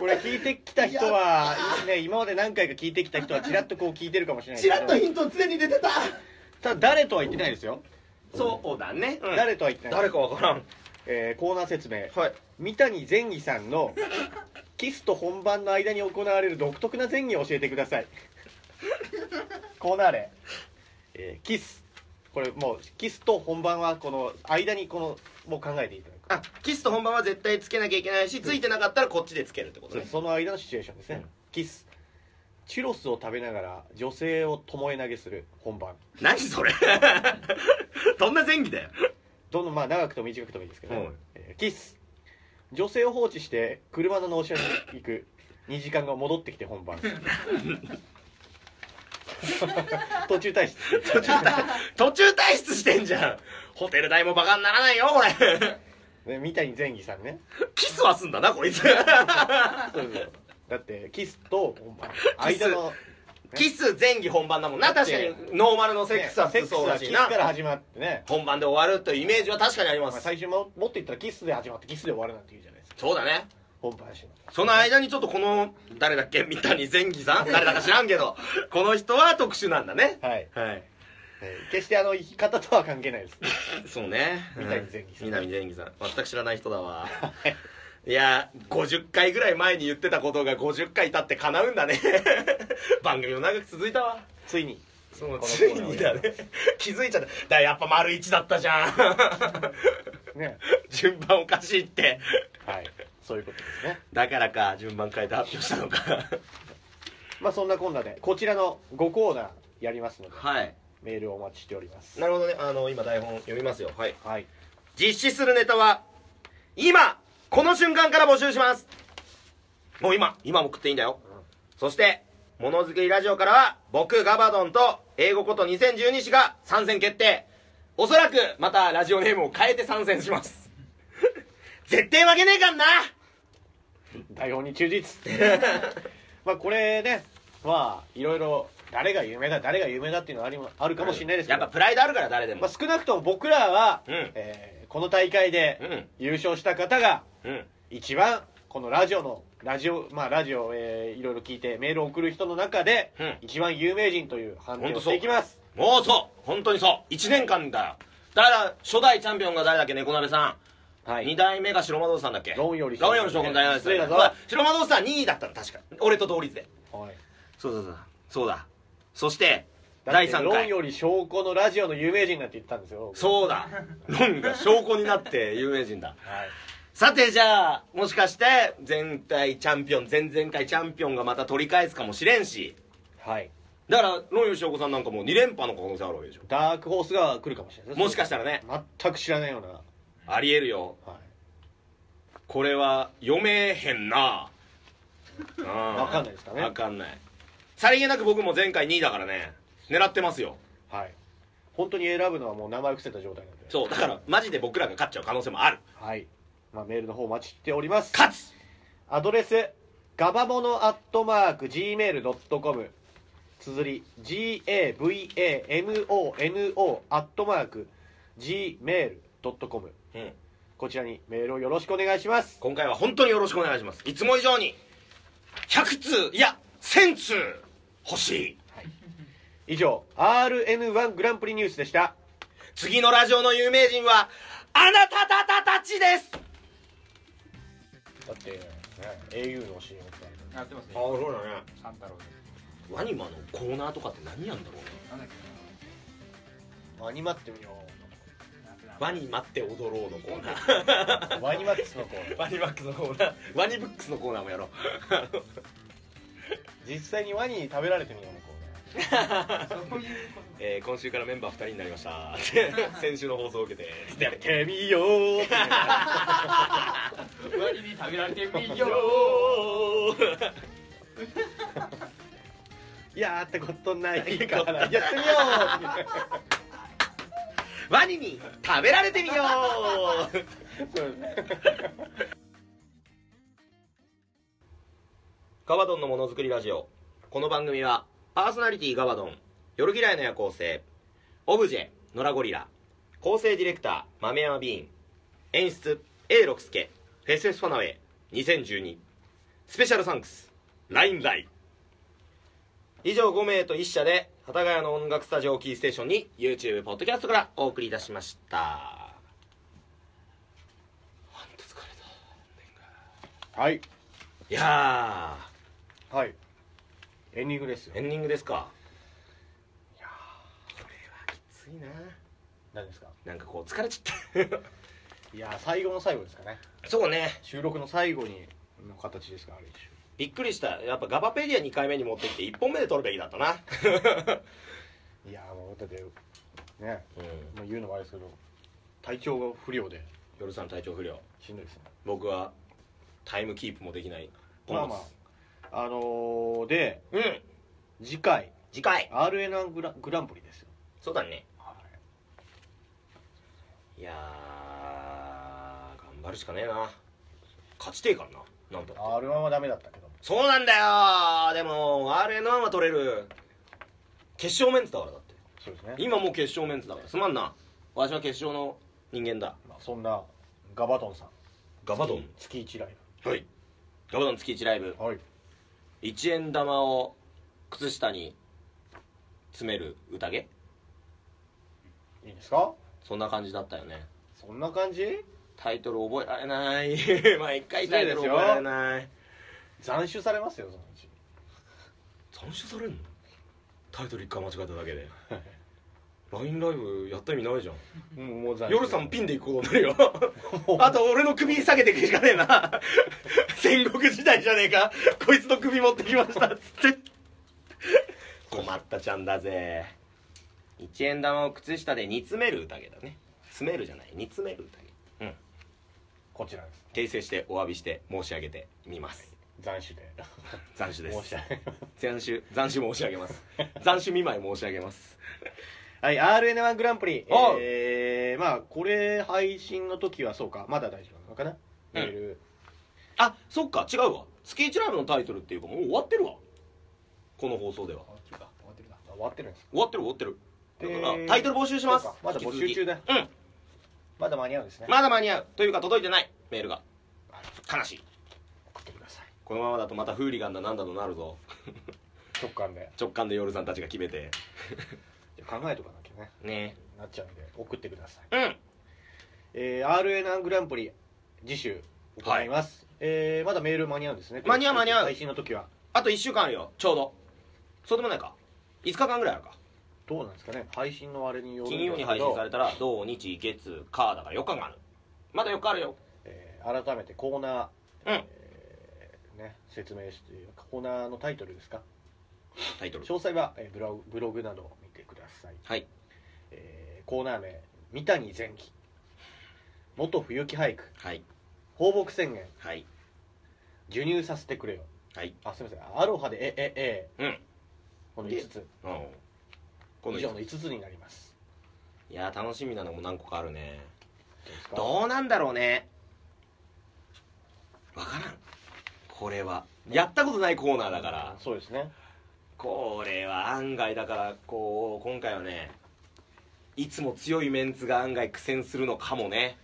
Speaker 3: これ聞いてきた人は、ね、今まで何回か聞いてきた人はちらっとこう聞いてるかもしれない
Speaker 2: ち
Speaker 3: けど
Speaker 2: らっとヒント常に出てた
Speaker 3: ただ誰とは言ってないですよ、
Speaker 2: そうだね、うん
Speaker 3: 誰とは言ってない
Speaker 2: 誰かわからん
Speaker 3: えーコーナー説明
Speaker 2: はい
Speaker 3: 三谷前儀さんのキスと本番の間に行われる独特な前儀を教えてくださいコーナー例、えーキスこれもうキスと本番はこの間にこのもう考えていただく
Speaker 2: あキスと本番は絶対つけなきゃいけないしついてなかったらこっちでつけるってこと
Speaker 3: そうで
Speaker 2: ね
Speaker 3: すその間のシチュエーションですね、
Speaker 2: うん
Speaker 3: キスチュロスを食べながら女性を巴投げする本番
Speaker 2: 何それ どんな前儀だよ
Speaker 3: どのまあ長くても短くてもいいですけど、
Speaker 2: はい
Speaker 3: えーキス女性を放置して車の納車に行く2時間後戻ってきて 本番途中退出
Speaker 2: 途中退途中退出してんじゃんホテル代もバカにならないよこれ
Speaker 3: ね三谷前儀さんね
Speaker 2: キスはすんだなこいつ
Speaker 3: そうそうそうだってキスと本番間の
Speaker 2: キス前儀本番だもんな確かにノーマルのセックスは
Speaker 3: セックス
Speaker 2: そう
Speaker 3: は
Speaker 2: ら
Speaker 3: キ
Speaker 2: し
Speaker 3: ス
Speaker 2: い
Speaker 3: か
Speaker 2: な
Speaker 3: ら始まってね、
Speaker 2: 本番で終わるというイメージは確かにありま
Speaker 3: まあ、
Speaker 2: す
Speaker 3: 最初ももっと言ったらキスで始まってキスで終わるなんて言うじゃないですか
Speaker 2: そうだね
Speaker 3: 本番しの
Speaker 2: その間にちょっとこの誰だっけ三谷前儀さん誰だか知らんけどこの人は特殊なんだね
Speaker 3: はい、
Speaker 2: はい
Speaker 3: えー決してあの生き方とは関係ないです
Speaker 2: そうね
Speaker 3: 三谷善儀さん
Speaker 2: うん三谷善儀さん全く知らない人だわいや50回ぐらい前に言ってたことが50回経って叶うんだ ね番組も長く続いたわ
Speaker 3: ついに
Speaker 2: そう
Speaker 3: このコ
Speaker 2: つい
Speaker 3: ーナーを
Speaker 2: にだね気づいちゃっただからやっぱ丸一だったじゃん
Speaker 3: ね
Speaker 2: 順番おかしいって
Speaker 3: はいそういうことですね
Speaker 2: だからか順番変えて発表したのか
Speaker 3: まあそんなこんなでこちらの5コーナーやりますので
Speaker 2: はい
Speaker 3: メールをお待ちしております
Speaker 2: なるほどねあの今台本読みますよはい
Speaker 3: はい
Speaker 2: 実施するネタは今この瞬間から募集しますもう今今も食っていいんだよ、そしてものづくりラジオからは僕ガバドンと英語こと2012氏が参戦決定おそらくまたラジオネームを変えて参戦します 絶対負けねえかんな
Speaker 3: 台本に 忠実まあこれねまあいろいろ誰が有名だ誰が有名だっていうのはありもあるかもしれないですけ
Speaker 2: や
Speaker 3: ど、
Speaker 2: っぱプライドあるから誰でも、
Speaker 3: まあ、少なくとも僕らは、
Speaker 2: うん
Speaker 3: えーこの大会で優勝した方が
Speaker 2: うん
Speaker 3: 一番このラジオのラジオまあラジオ、えーいろいろ聞いてメールを送る人の中で、
Speaker 2: うん
Speaker 3: 一番有名人という判
Speaker 2: ほん
Speaker 3: 定
Speaker 2: と
Speaker 3: をし
Speaker 2: そう
Speaker 3: ていきます
Speaker 2: もうそう本当にそう1年間だよだから初代チャンピオンが誰だっけ猫鍋さん
Speaker 3: は
Speaker 2: 二代目が白魔道さんだっけ
Speaker 3: ロンより
Speaker 2: ロンより将軍大なんです
Speaker 3: 失礼だぞ
Speaker 2: 白魔道さん2位だったの確か俺と同率で
Speaker 3: はい
Speaker 2: そうそうそうそうだそして
Speaker 3: だっ
Speaker 2: 第
Speaker 3: て
Speaker 2: 3
Speaker 3: ロン
Speaker 2: 回
Speaker 3: より証拠のラジオの有名人なんて言ったんですよう、
Speaker 2: そうだロンが証拠になって有名人だ
Speaker 3: はい、
Speaker 2: さてじゃあもしかして前回チャンピオン前々回チャンピオンがまた取り返すかもしれんし
Speaker 3: はい、
Speaker 2: だからロンより証拠さんなんかもう2連覇の可能性あるわけでしょ
Speaker 3: ダークホースが来るかもしれない
Speaker 2: もしかしたたらね
Speaker 3: ら全く知らないような、
Speaker 2: ありえるよ
Speaker 3: は
Speaker 2: これは読めへんな分
Speaker 3: い、分かんないですかね
Speaker 2: わかんないさりげなく僕も前回2位だからね狙ってますよ
Speaker 3: はい本当に選ぶのはもう名前伏せた状態なんで
Speaker 2: そうだからマジで僕らが勝っちゃう可能性もある
Speaker 3: はい、まあ、メールの方お待ちしております
Speaker 2: 勝つ
Speaker 3: アドレスガバモノアットマーク Gmail.com 綴り GAVAMONO アットマーク Gmail.com
Speaker 2: うん
Speaker 3: こちらにメールをよろしくお願いします
Speaker 2: 今回は本当によろしくお願いしますいつも以上に100通いや1000通欲しい
Speaker 3: 以上 RN1 グランプリニュースでした
Speaker 2: 次のラジオの有名人はあなたたたたちです
Speaker 3: だって、au の CM って
Speaker 4: やってますね
Speaker 2: そうだね
Speaker 4: 三太郎です
Speaker 2: ワニマのコーナーとかって何やんだろうね
Speaker 4: なんだっけ
Speaker 3: ワニマってみよ
Speaker 2: ワニ待って踊ろうのコーナー
Speaker 3: うワニマックスの子
Speaker 2: ワニマックスのコーナーワニブックスのコーナーもやろう
Speaker 3: 実際にワニに食べられてみようの子
Speaker 4: そういうこ
Speaker 2: えー今週からメンバー2人になりました先週の放送を受けて
Speaker 3: やってみようって
Speaker 4: と割に食べられてみよ
Speaker 3: やーってことない
Speaker 2: か
Speaker 3: かららやってみよ
Speaker 2: ワニに食べられてみよう
Speaker 3: うって
Speaker 2: ガバドンのものづくりラジオこの番組はパーソナリティガバドン夜嫌いの夜行性オブジェ野良ゴリラ構成ディレクター豆山ビーン演出 A 六輔フェスフェスファナウェイ2012スペシャルサンクスラインライ以上5名と1社で幡ヶ谷の音楽スタジオをキーステーションに YouTube ポッドキャストからお送りいたしましたほんと疲れ
Speaker 3: はい
Speaker 2: たいや
Speaker 3: はいエンディングですよ
Speaker 2: ーエンディングですか
Speaker 3: いや
Speaker 2: これはきついな
Speaker 3: 何ですか
Speaker 2: なんかこう疲れちゃっ
Speaker 3: いやー最後の最後ですかね
Speaker 2: た そうね
Speaker 3: 収録の最後にの形ですかある
Speaker 2: びっくりしたやっぱガバペディア2回目に持ってきて1本目で撮るべきだったな、
Speaker 3: 種いやーもうだってね
Speaker 2: うん、
Speaker 3: もう言うのもあれですけど体調が不良で
Speaker 2: 夜さん体調不良
Speaker 3: しんどいですね
Speaker 2: 僕はタイムキープもできない
Speaker 3: まあまああのー、で
Speaker 2: うん
Speaker 3: 次回
Speaker 2: 次回
Speaker 3: RN1 グラグランプリですよ
Speaker 2: そうだね
Speaker 3: はい
Speaker 2: やー頑張るしかねえな勝ちてえからななんだって
Speaker 3: R1 はダメだったけど
Speaker 2: そうなんだよでも RN1 は取れる決勝メンツだからだって
Speaker 3: そうですね
Speaker 2: 今もう決勝メンツだからすまんな私は決勝の人間だ
Speaker 3: まあそんなガバトンさん
Speaker 2: ガバドン
Speaker 3: 月1ライ
Speaker 2: はいガバドン月1ライブ
Speaker 3: ブはい
Speaker 2: 一円玉を靴下に詰める宴
Speaker 3: いいですか
Speaker 2: そんな感じだったよね
Speaker 3: そんな感じ
Speaker 2: タイトル覚えられない 毎回タイトル
Speaker 3: 失礼ですよ
Speaker 2: 覚えられない
Speaker 3: 斬首されますよそのうち
Speaker 2: 斬首されんのタイトル一回間違えただけで LINE ライブやった意味ないじゃん
Speaker 3: うんもう残
Speaker 2: 夜さんピンで行くことになるよあと俺の首下げてくしかねえ な戦国時代じゃねえかこいつの首持ってきましたっつって困ったちゃんだぜ一円玉を靴下で煮詰める宴だね詰めるじゃない煮詰める宴うん
Speaker 3: こちらです
Speaker 2: 訂正してお詫びして申し上げてみます
Speaker 3: 斬首で
Speaker 2: 斬首です
Speaker 3: 申し上げま
Speaker 2: 斬首斬首申し上げ ます斬首見舞い申し上げます
Speaker 3: すはい RN1 グランプリ
Speaker 2: おう
Speaker 3: えー、まあこれ配信の時はそうかまだ大丈夫なのかなメール、
Speaker 2: あそっか違うわ月一ライブのタイトルっていうかもう終わってるわこの放送では
Speaker 4: あ終わってるな
Speaker 3: 終わってるんです
Speaker 2: 終わってる終わってる
Speaker 3: え
Speaker 2: だ
Speaker 3: ー
Speaker 2: からタイトル募集します
Speaker 3: そうかまだ募集中だ
Speaker 2: 引き続き
Speaker 3: まだ間に合うんですね
Speaker 2: うんまだ間に合うというか届いてないメールが悲しい
Speaker 3: 送ってください
Speaker 2: このままだとまたフーリガンだなんだとなるぞ
Speaker 3: 直感で
Speaker 2: 直感で夜さんたちが決めて
Speaker 3: 考えとかなきゃね
Speaker 2: ね
Speaker 3: なっちゃうんで送ってください
Speaker 2: うん
Speaker 3: えー、RN1 グランプリ次週行います、えー、まだメール間に合うんですね
Speaker 2: 間に合う間に合う
Speaker 3: 配信の時は
Speaker 2: あと1週間あるよちょうどそうでもないか5日間ぐらいあるか
Speaker 3: どうなんですかね配信のあれによるんです
Speaker 2: 金
Speaker 3: け
Speaker 2: 曜
Speaker 3: ど
Speaker 2: に配信されたら土日月火だから4日間あるまだ4日あるよ
Speaker 3: えー改めてコーナー、
Speaker 2: うん
Speaker 3: えーね、説明してコーナーのタイトルですか
Speaker 2: タイトル
Speaker 3: 詳細は、えーブログブログなどを見てください、
Speaker 2: はい
Speaker 3: えーコーナー名「三谷前期」「元冬木俳句
Speaker 2: はい」
Speaker 3: 「放牧宣言
Speaker 2: はい」
Speaker 3: 「授乳させてくれよ」
Speaker 2: はい
Speaker 3: あすみません「アロハでええええ」
Speaker 2: うん
Speaker 3: この5つ
Speaker 2: うんこのい
Speaker 3: 以
Speaker 2: つ
Speaker 3: 上の5つになります
Speaker 2: いや楽しみなのも何個かあるね
Speaker 3: どうですか
Speaker 2: どうなんだろうねわからんこれはやったことないコーナーだから
Speaker 3: そうですね
Speaker 2: これは案外だからこう今回はねいつも強いメンツが案外苦戦するのかもね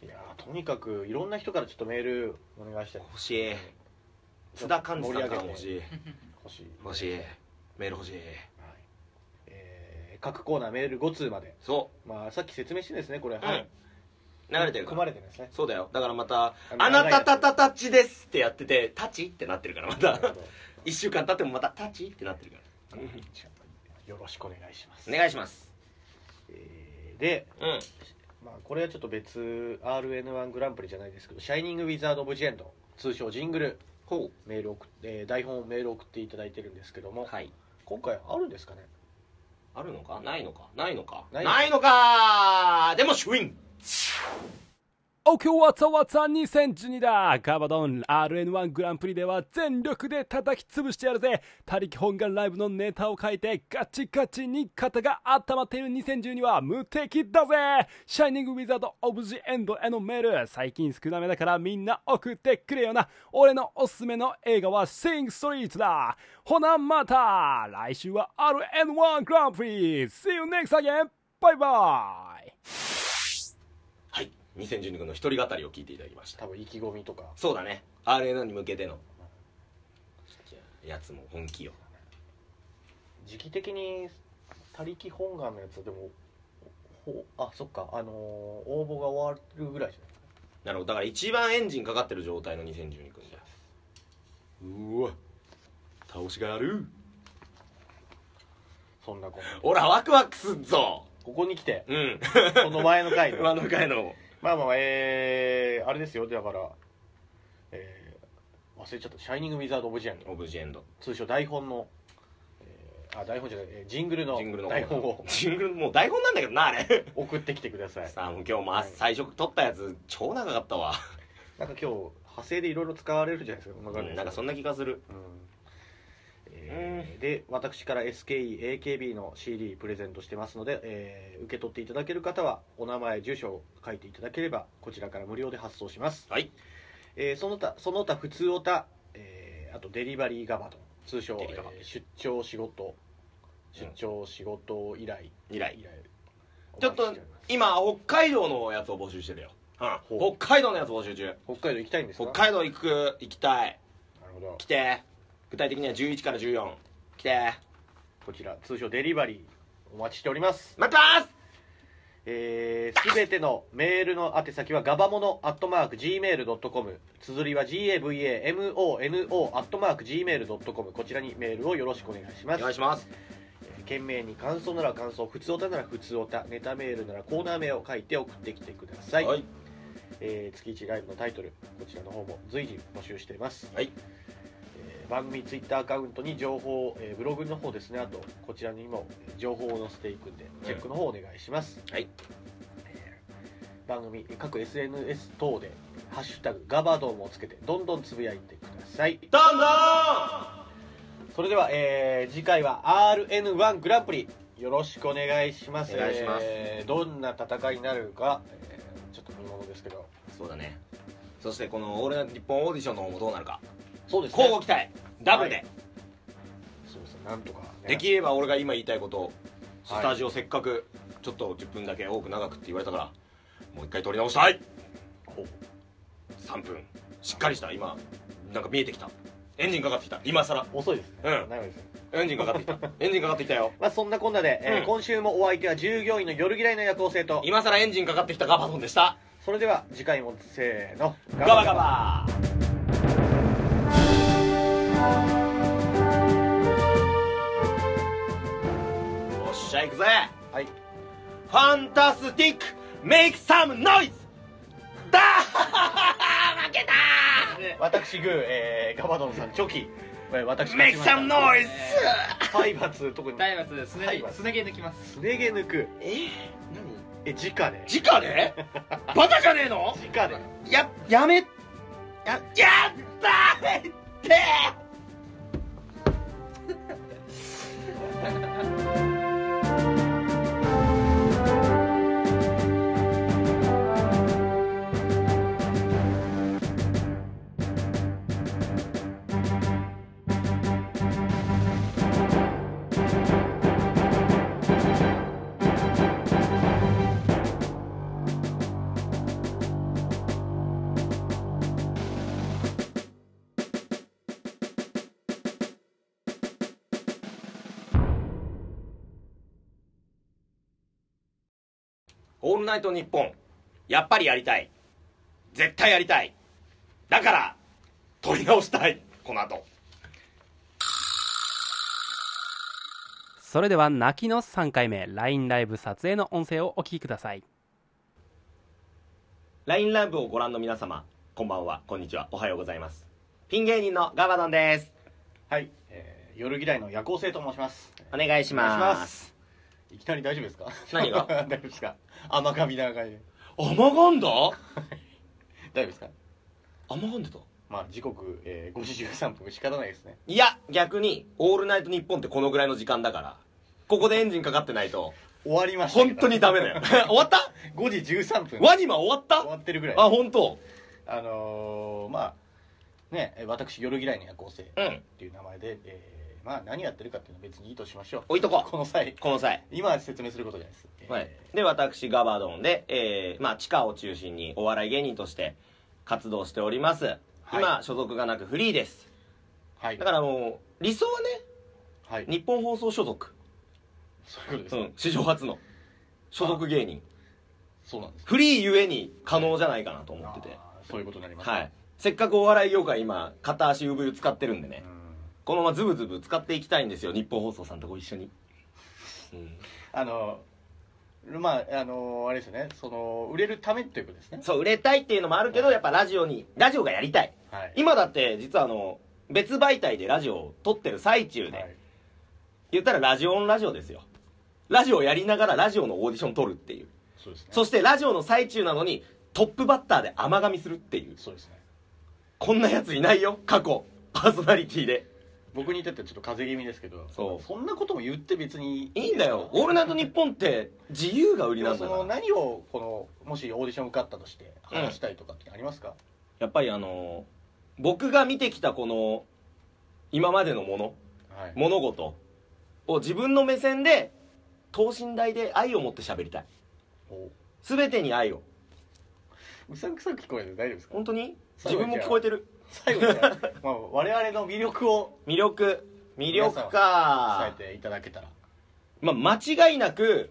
Speaker 3: いやーとにかくいろんな人からちょっとメールお願いして
Speaker 2: 欲しい津田寛治さんからも欲しい
Speaker 3: ほしい、
Speaker 2: 欲しいメール欲しい
Speaker 3: はいえー各コーナーメール5通まで
Speaker 2: そ
Speaker 3: まあ、さっき説明してですね、これ、
Speaker 2: う、
Speaker 3: はい、
Speaker 2: うん流れてるか
Speaker 3: 組
Speaker 2: ら
Speaker 3: まれてるんですね。
Speaker 2: そうだよだからまた「あ
Speaker 3: あ
Speaker 2: な
Speaker 3: の
Speaker 2: たたたたちです」ってやってて「たち?」ってなってるからま
Speaker 3: なる
Speaker 2: た
Speaker 3: ほど
Speaker 2: 1週間経ってもまた「たち?」ってなってるから
Speaker 3: よろしくお願いします。
Speaker 2: お願いします
Speaker 3: えーで、
Speaker 2: うん
Speaker 3: まあ、これはちょっと別 RN1 グランプリじゃないですけど、シャイニング・ウィザード・オブ・ジ・エンド、通称ジングル、
Speaker 2: ほ
Speaker 3: メール送っえー台本をメール送っていただいてるんですけども、
Speaker 2: はい
Speaker 3: 今回あるんですかね
Speaker 2: あるのかないのかないのか
Speaker 3: ない
Speaker 2: ないのかでもシュイン
Speaker 6: おきょわつわつ2012だガバドン RN1 グランプリでは全力で叩き潰してやるぜ他力本願ライブのネタを書いてガチガチに肩が温まっている2012は無敵だぜシャイニングウィザードオブジエンドへのメール最近少なめだからみんな送ってくれよな俺のおすすめの映画は Sing Street だほなまた来週は RN1 グランプリ See you next again! バイバイ
Speaker 2: はい2012君の一人語りを聞いていただきました
Speaker 3: 多分意気込みとか
Speaker 2: そうだね RN に向けてのやつも本気よ
Speaker 3: 時期的に「他力本願」のやつでもほあそっかあのー応募が終わるぐらいじゃない
Speaker 2: なるほどだから一番エンジンかかってる状態の2012君じゃうわ倒しがある
Speaker 3: そんなこんな
Speaker 2: ほらワクワクすっぞ
Speaker 3: ここに来て
Speaker 2: うん
Speaker 3: その前の 回の
Speaker 2: 今の回の
Speaker 3: まあまあまあえー、あれですよだからえー、忘れちゃった「シャイニング・ウィザード・オブ・ジェンド
Speaker 2: オブジェンド」
Speaker 3: 通称台本の、えー、あ台本じゃない、えージングルの
Speaker 2: ジングルの
Speaker 3: 台本を
Speaker 2: ジングルもう台本なんだけどなあれ
Speaker 3: 送ってきてくだ さい
Speaker 2: さあもう今日も朝最初撮ったやつ超長かったわ
Speaker 3: なんか今日派生でいろいろ使われるじゃないですかわか
Speaker 2: うんなんかそんな気がする
Speaker 3: うんえーで私から SKEAKB の CD プレゼントしてますので、えー受け取っていただける方はお名前住所を書いていただければこちらから無料で発送します、
Speaker 2: はい
Speaker 3: えーその他その他普通おた、えーあとデリバリーガバドン通称、
Speaker 2: デリガバ
Speaker 3: えー出張仕事出張仕事依頼、
Speaker 2: 以来
Speaker 3: 依頼
Speaker 2: ちょっ
Speaker 3: お
Speaker 2: と
Speaker 3: 待しております
Speaker 2: 今北海道のやつを募集してるよ、
Speaker 3: ほ
Speaker 2: うん、北海道のやつ募集中
Speaker 3: 北海道行きたいんですか
Speaker 2: 北海道行く行きたい
Speaker 3: なるほど
Speaker 2: 来て具体的には11から14来て
Speaker 3: こちら通称デリバリーお待ちしております
Speaker 2: 待ってます
Speaker 3: えーすべてのメールの宛先はガバモノアットマーク Gmail.com 綴りは GAVAMONO アットマーク Gmail.com こちらにメールをよろしくお願いしま
Speaker 2: お
Speaker 3: す
Speaker 2: 願いします
Speaker 3: 件名に感想なら感想普通おたなら普通おたネタメールならコーナー名を書いて送ってきてください、
Speaker 2: はい
Speaker 3: えー月1ライブのタイトルこちらの方も随時募集しています、
Speaker 2: はい
Speaker 3: えー番組ツイッターアカウントに情報を、えーブログの方ですねあとこちらにもえー情報を載せていくんでチェックの方お願いします、
Speaker 2: はい
Speaker 3: えー番組各 SNS 等で「ハッシュタグガバドン」をつけてどんどんつぶやいてください
Speaker 2: どんどん
Speaker 3: それでは、えー次回は RN1 グランプリよろしくお願いします
Speaker 2: お願いします
Speaker 3: えーどんな戦いになるか、えーちょっと見ものですけど
Speaker 2: そうだねそしてこの「オールナイトニッポン」オーディションの方もどうなるか
Speaker 3: そうですね
Speaker 2: 交互期待ダブルで、
Speaker 3: はいそうですねなんとか、ね、
Speaker 2: できれば俺が今言いたいことをスタジオせっかくちょっと10分だけ多く長くって言われたからもう一回撮り直したい
Speaker 3: ほう
Speaker 2: 3分しっかりした今なんか見えてきたエンジンかかってきた今更
Speaker 3: 遅いですね、
Speaker 2: うん
Speaker 3: 長いですね
Speaker 2: エンジンかかってきたエンジンかかってきたよ
Speaker 3: まあそんなこんなで、えー
Speaker 2: うん
Speaker 3: 今週もお相手は従業員の夜嫌いの夜行性と
Speaker 2: 今更エンジンかかってきたガバドンでした
Speaker 3: それでは次回もせーの
Speaker 2: ガバガバおっしゃ行くぜ
Speaker 3: はい
Speaker 2: ファンタスティックメイクサムノイズだー負けた
Speaker 3: 私グー、えーガバドンさんチョキえー私
Speaker 2: ーメイクサムノイズ
Speaker 3: 体罰特に
Speaker 4: 体罰すね
Speaker 3: 体罰
Speaker 4: すね毛抜きます
Speaker 3: すね毛抜く
Speaker 2: え
Speaker 3: え直で
Speaker 2: 何直でバカじゃねえの
Speaker 3: 直で
Speaker 2: ややめややったーってオールナイトニッポンやっぱりやりたい絶対やりたいだから撮り直したいこの後
Speaker 1: それでは泣きの3回目 LINE ライブ撮影の音声をお聞きください
Speaker 2: LINE ライブをご覧の皆様こんばんはこんにちはおはようございますピン芸人のガバドンです
Speaker 3: はい、えー夜嫌いの夜行性と申します
Speaker 2: お願いし
Speaker 3: お願
Speaker 2: ま
Speaker 3: いしますい きなり大丈夫ですか
Speaker 2: 何が
Speaker 3: 大丈夫ですか甘噛み長い
Speaker 2: 甘がんだ
Speaker 3: 大丈夫ですか
Speaker 2: あんま噛んでた
Speaker 3: まあ時刻、えー、5時13分仕方ないですね
Speaker 2: いや逆に「オールナイトニッポン」ってこのぐらいの時間だからここでエンジンかかってないと
Speaker 3: 終わりましたけ
Speaker 2: 本
Speaker 3: ど
Speaker 2: 当にダメだよ 終わった
Speaker 3: 5時13分
Speaker 2: ワニマ終わった
Speaker 3: 終わってるぐらい
Speaker 2: あ本当
Speaker 3: あのーまあねえ私夜嫌いの夜行性っ
Speaker 2: うん
Speaker 3: ていう名前で、えーまあ何やってるかっていうのは別にいいとしましょう
Speaker 2: 置いとこう
Speaker 3: この際
Speaker 2: この際
Speaker 3: 今説明することじゃないです、えー
Speaker 2: はい、で私ガバドンで、えーまあ、地下を中心にお笑い芸人として活動しております、
Speaker 3: はい
Speaker 2: 今所属がなくフリーです
Speaker 3: はい
Speaker 2: だからもう理想はね
Speaker 3: はい
Speaker 2: 日本放送所属、
Speaker 3: そういうことです、
Speaker 2: うん、史上初の所属芸人
Speaker 3: そうなんです
Speaker 2: フリーゆえに可能じゃないかなと思ってて
Speaker 3: あーそういうことになります、
Speaker 2: はいせっかくお笑い業界今片足産湯使ってるんでね
Speaker 3: うん
Speaker 2: このままズブズブ使っていきたいんですよ日本放送さんとご一緒に、うん
Speaker 3: あのまああのあれですよねその売れるためということですね
Speaker 2: そう売れたいっていうのもあるけどやっぱラジオにラジオがやりたい
Speaker 3: はい
Speaker 2: 今だって実はあの別媒体でラジオを撮ってる最中で、
Speaker 3: はい
Speaker 2: 言ったらラジオオンラジオですよラジオをやりながらラジオのオーディション撮るっていう
Speaker 3: そうですね
Speaker 2: そしてラジオの最中なのにトップバッターで甘噛みするっていう
Speaker 3: そうですね
Speaker 2: こんなやついないよ過去パーソナリティで
Speaker 3: 僕に至ってはちょっと風邪気味ですけど
Speaker 2: そう
Speaker 3: そんなことも言って別に
Speaker 2: いいんだよ「オールナイトニッポン」って自由が売り
Speaker 3: で
Speaker 2: な
Speaker 3: も
Speaker 2: んだ
Speaker 3: そ
Speaker 2: か
Speaker 3: の
Speaker 2: ら
Speaker 3: 何をこのもしオーディション受かったとして話したいとかってありますか、
Speaker 2: やっぱりあの僕が見てきたこの今までのもの
Speaker 3: はい
Speaker 2: 物事を自分の目線で等身大で愛を持って喋りたい
Speaker 3: お
Speaker 2: 全てに愛を
Speaker 3: うさんくさく聞こえて大丈 夫ですか
Speaker 2: 本当に自
Speaker 3: 最後
Speaker 2: 分
Speaker 3: に
Speaker 2: も聞こえてる
Speaker 3: 最後にじゃあ、まあ、我々の魅力を
Speaker 2: 魅力魅力
Speaker 3: 伝
Speaker 2: か
Speaker 3: えていただけたら
Speaker 2: まあ間違いなく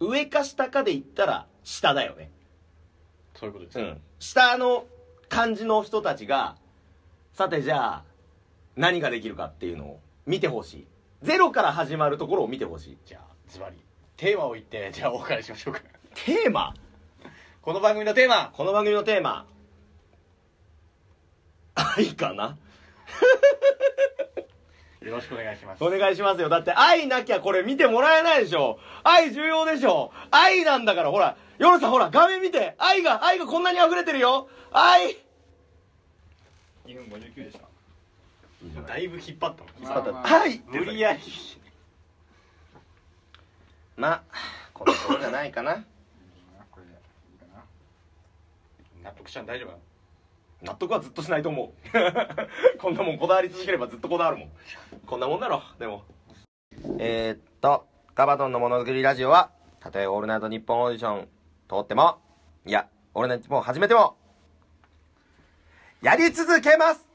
Speaker 2: 上か下かで言ったら下だよね
Speaker 3: そういうことです
Speaker 2: う
Speaker 3: ね、
Speaker 2: ん下の感じの人たちがさてじゃあ何ができるかっていうのを見てほしいゼロから始まるところを見てほしい
Speaker 3: じゃあズバリテーマを言ってじゃあお別れしましょうか
Speaker 2: テーマ
Speaker 3: この番組のテーマ
Speaker 2: この番組のテーマ愛かな
Speaker 3: よろしくお願いします
Speaker 2: お願いしますよだって愛なきゃこれ見てもらえないでしょ愛重要でしょ愛なんだからほらヨルさんほら画面見て愛が愛がこんなに溢れてるよ愛
Speaker 4: 2分59でした
Speaker 3: だいぶ引っ張ったもん
Speaker 4: まあまあ
Speaker 2: 愛
Speaker 3: 無理やり
Speaker 2: まあこんなとこじゃないかな
Speaker 4: これでいいかな
Speaker 3: 納得したん大丈夫なの
Speaker 2: 納得はずっとしないと思う こんなもんこだわり続ければずっとこだわるもんこんなもんだろでもえー、っとガバドンのものづくりラジオはたとえオールナイトニッポンオーディション通ってもいやオールナイトニッポン始めてもやり続けます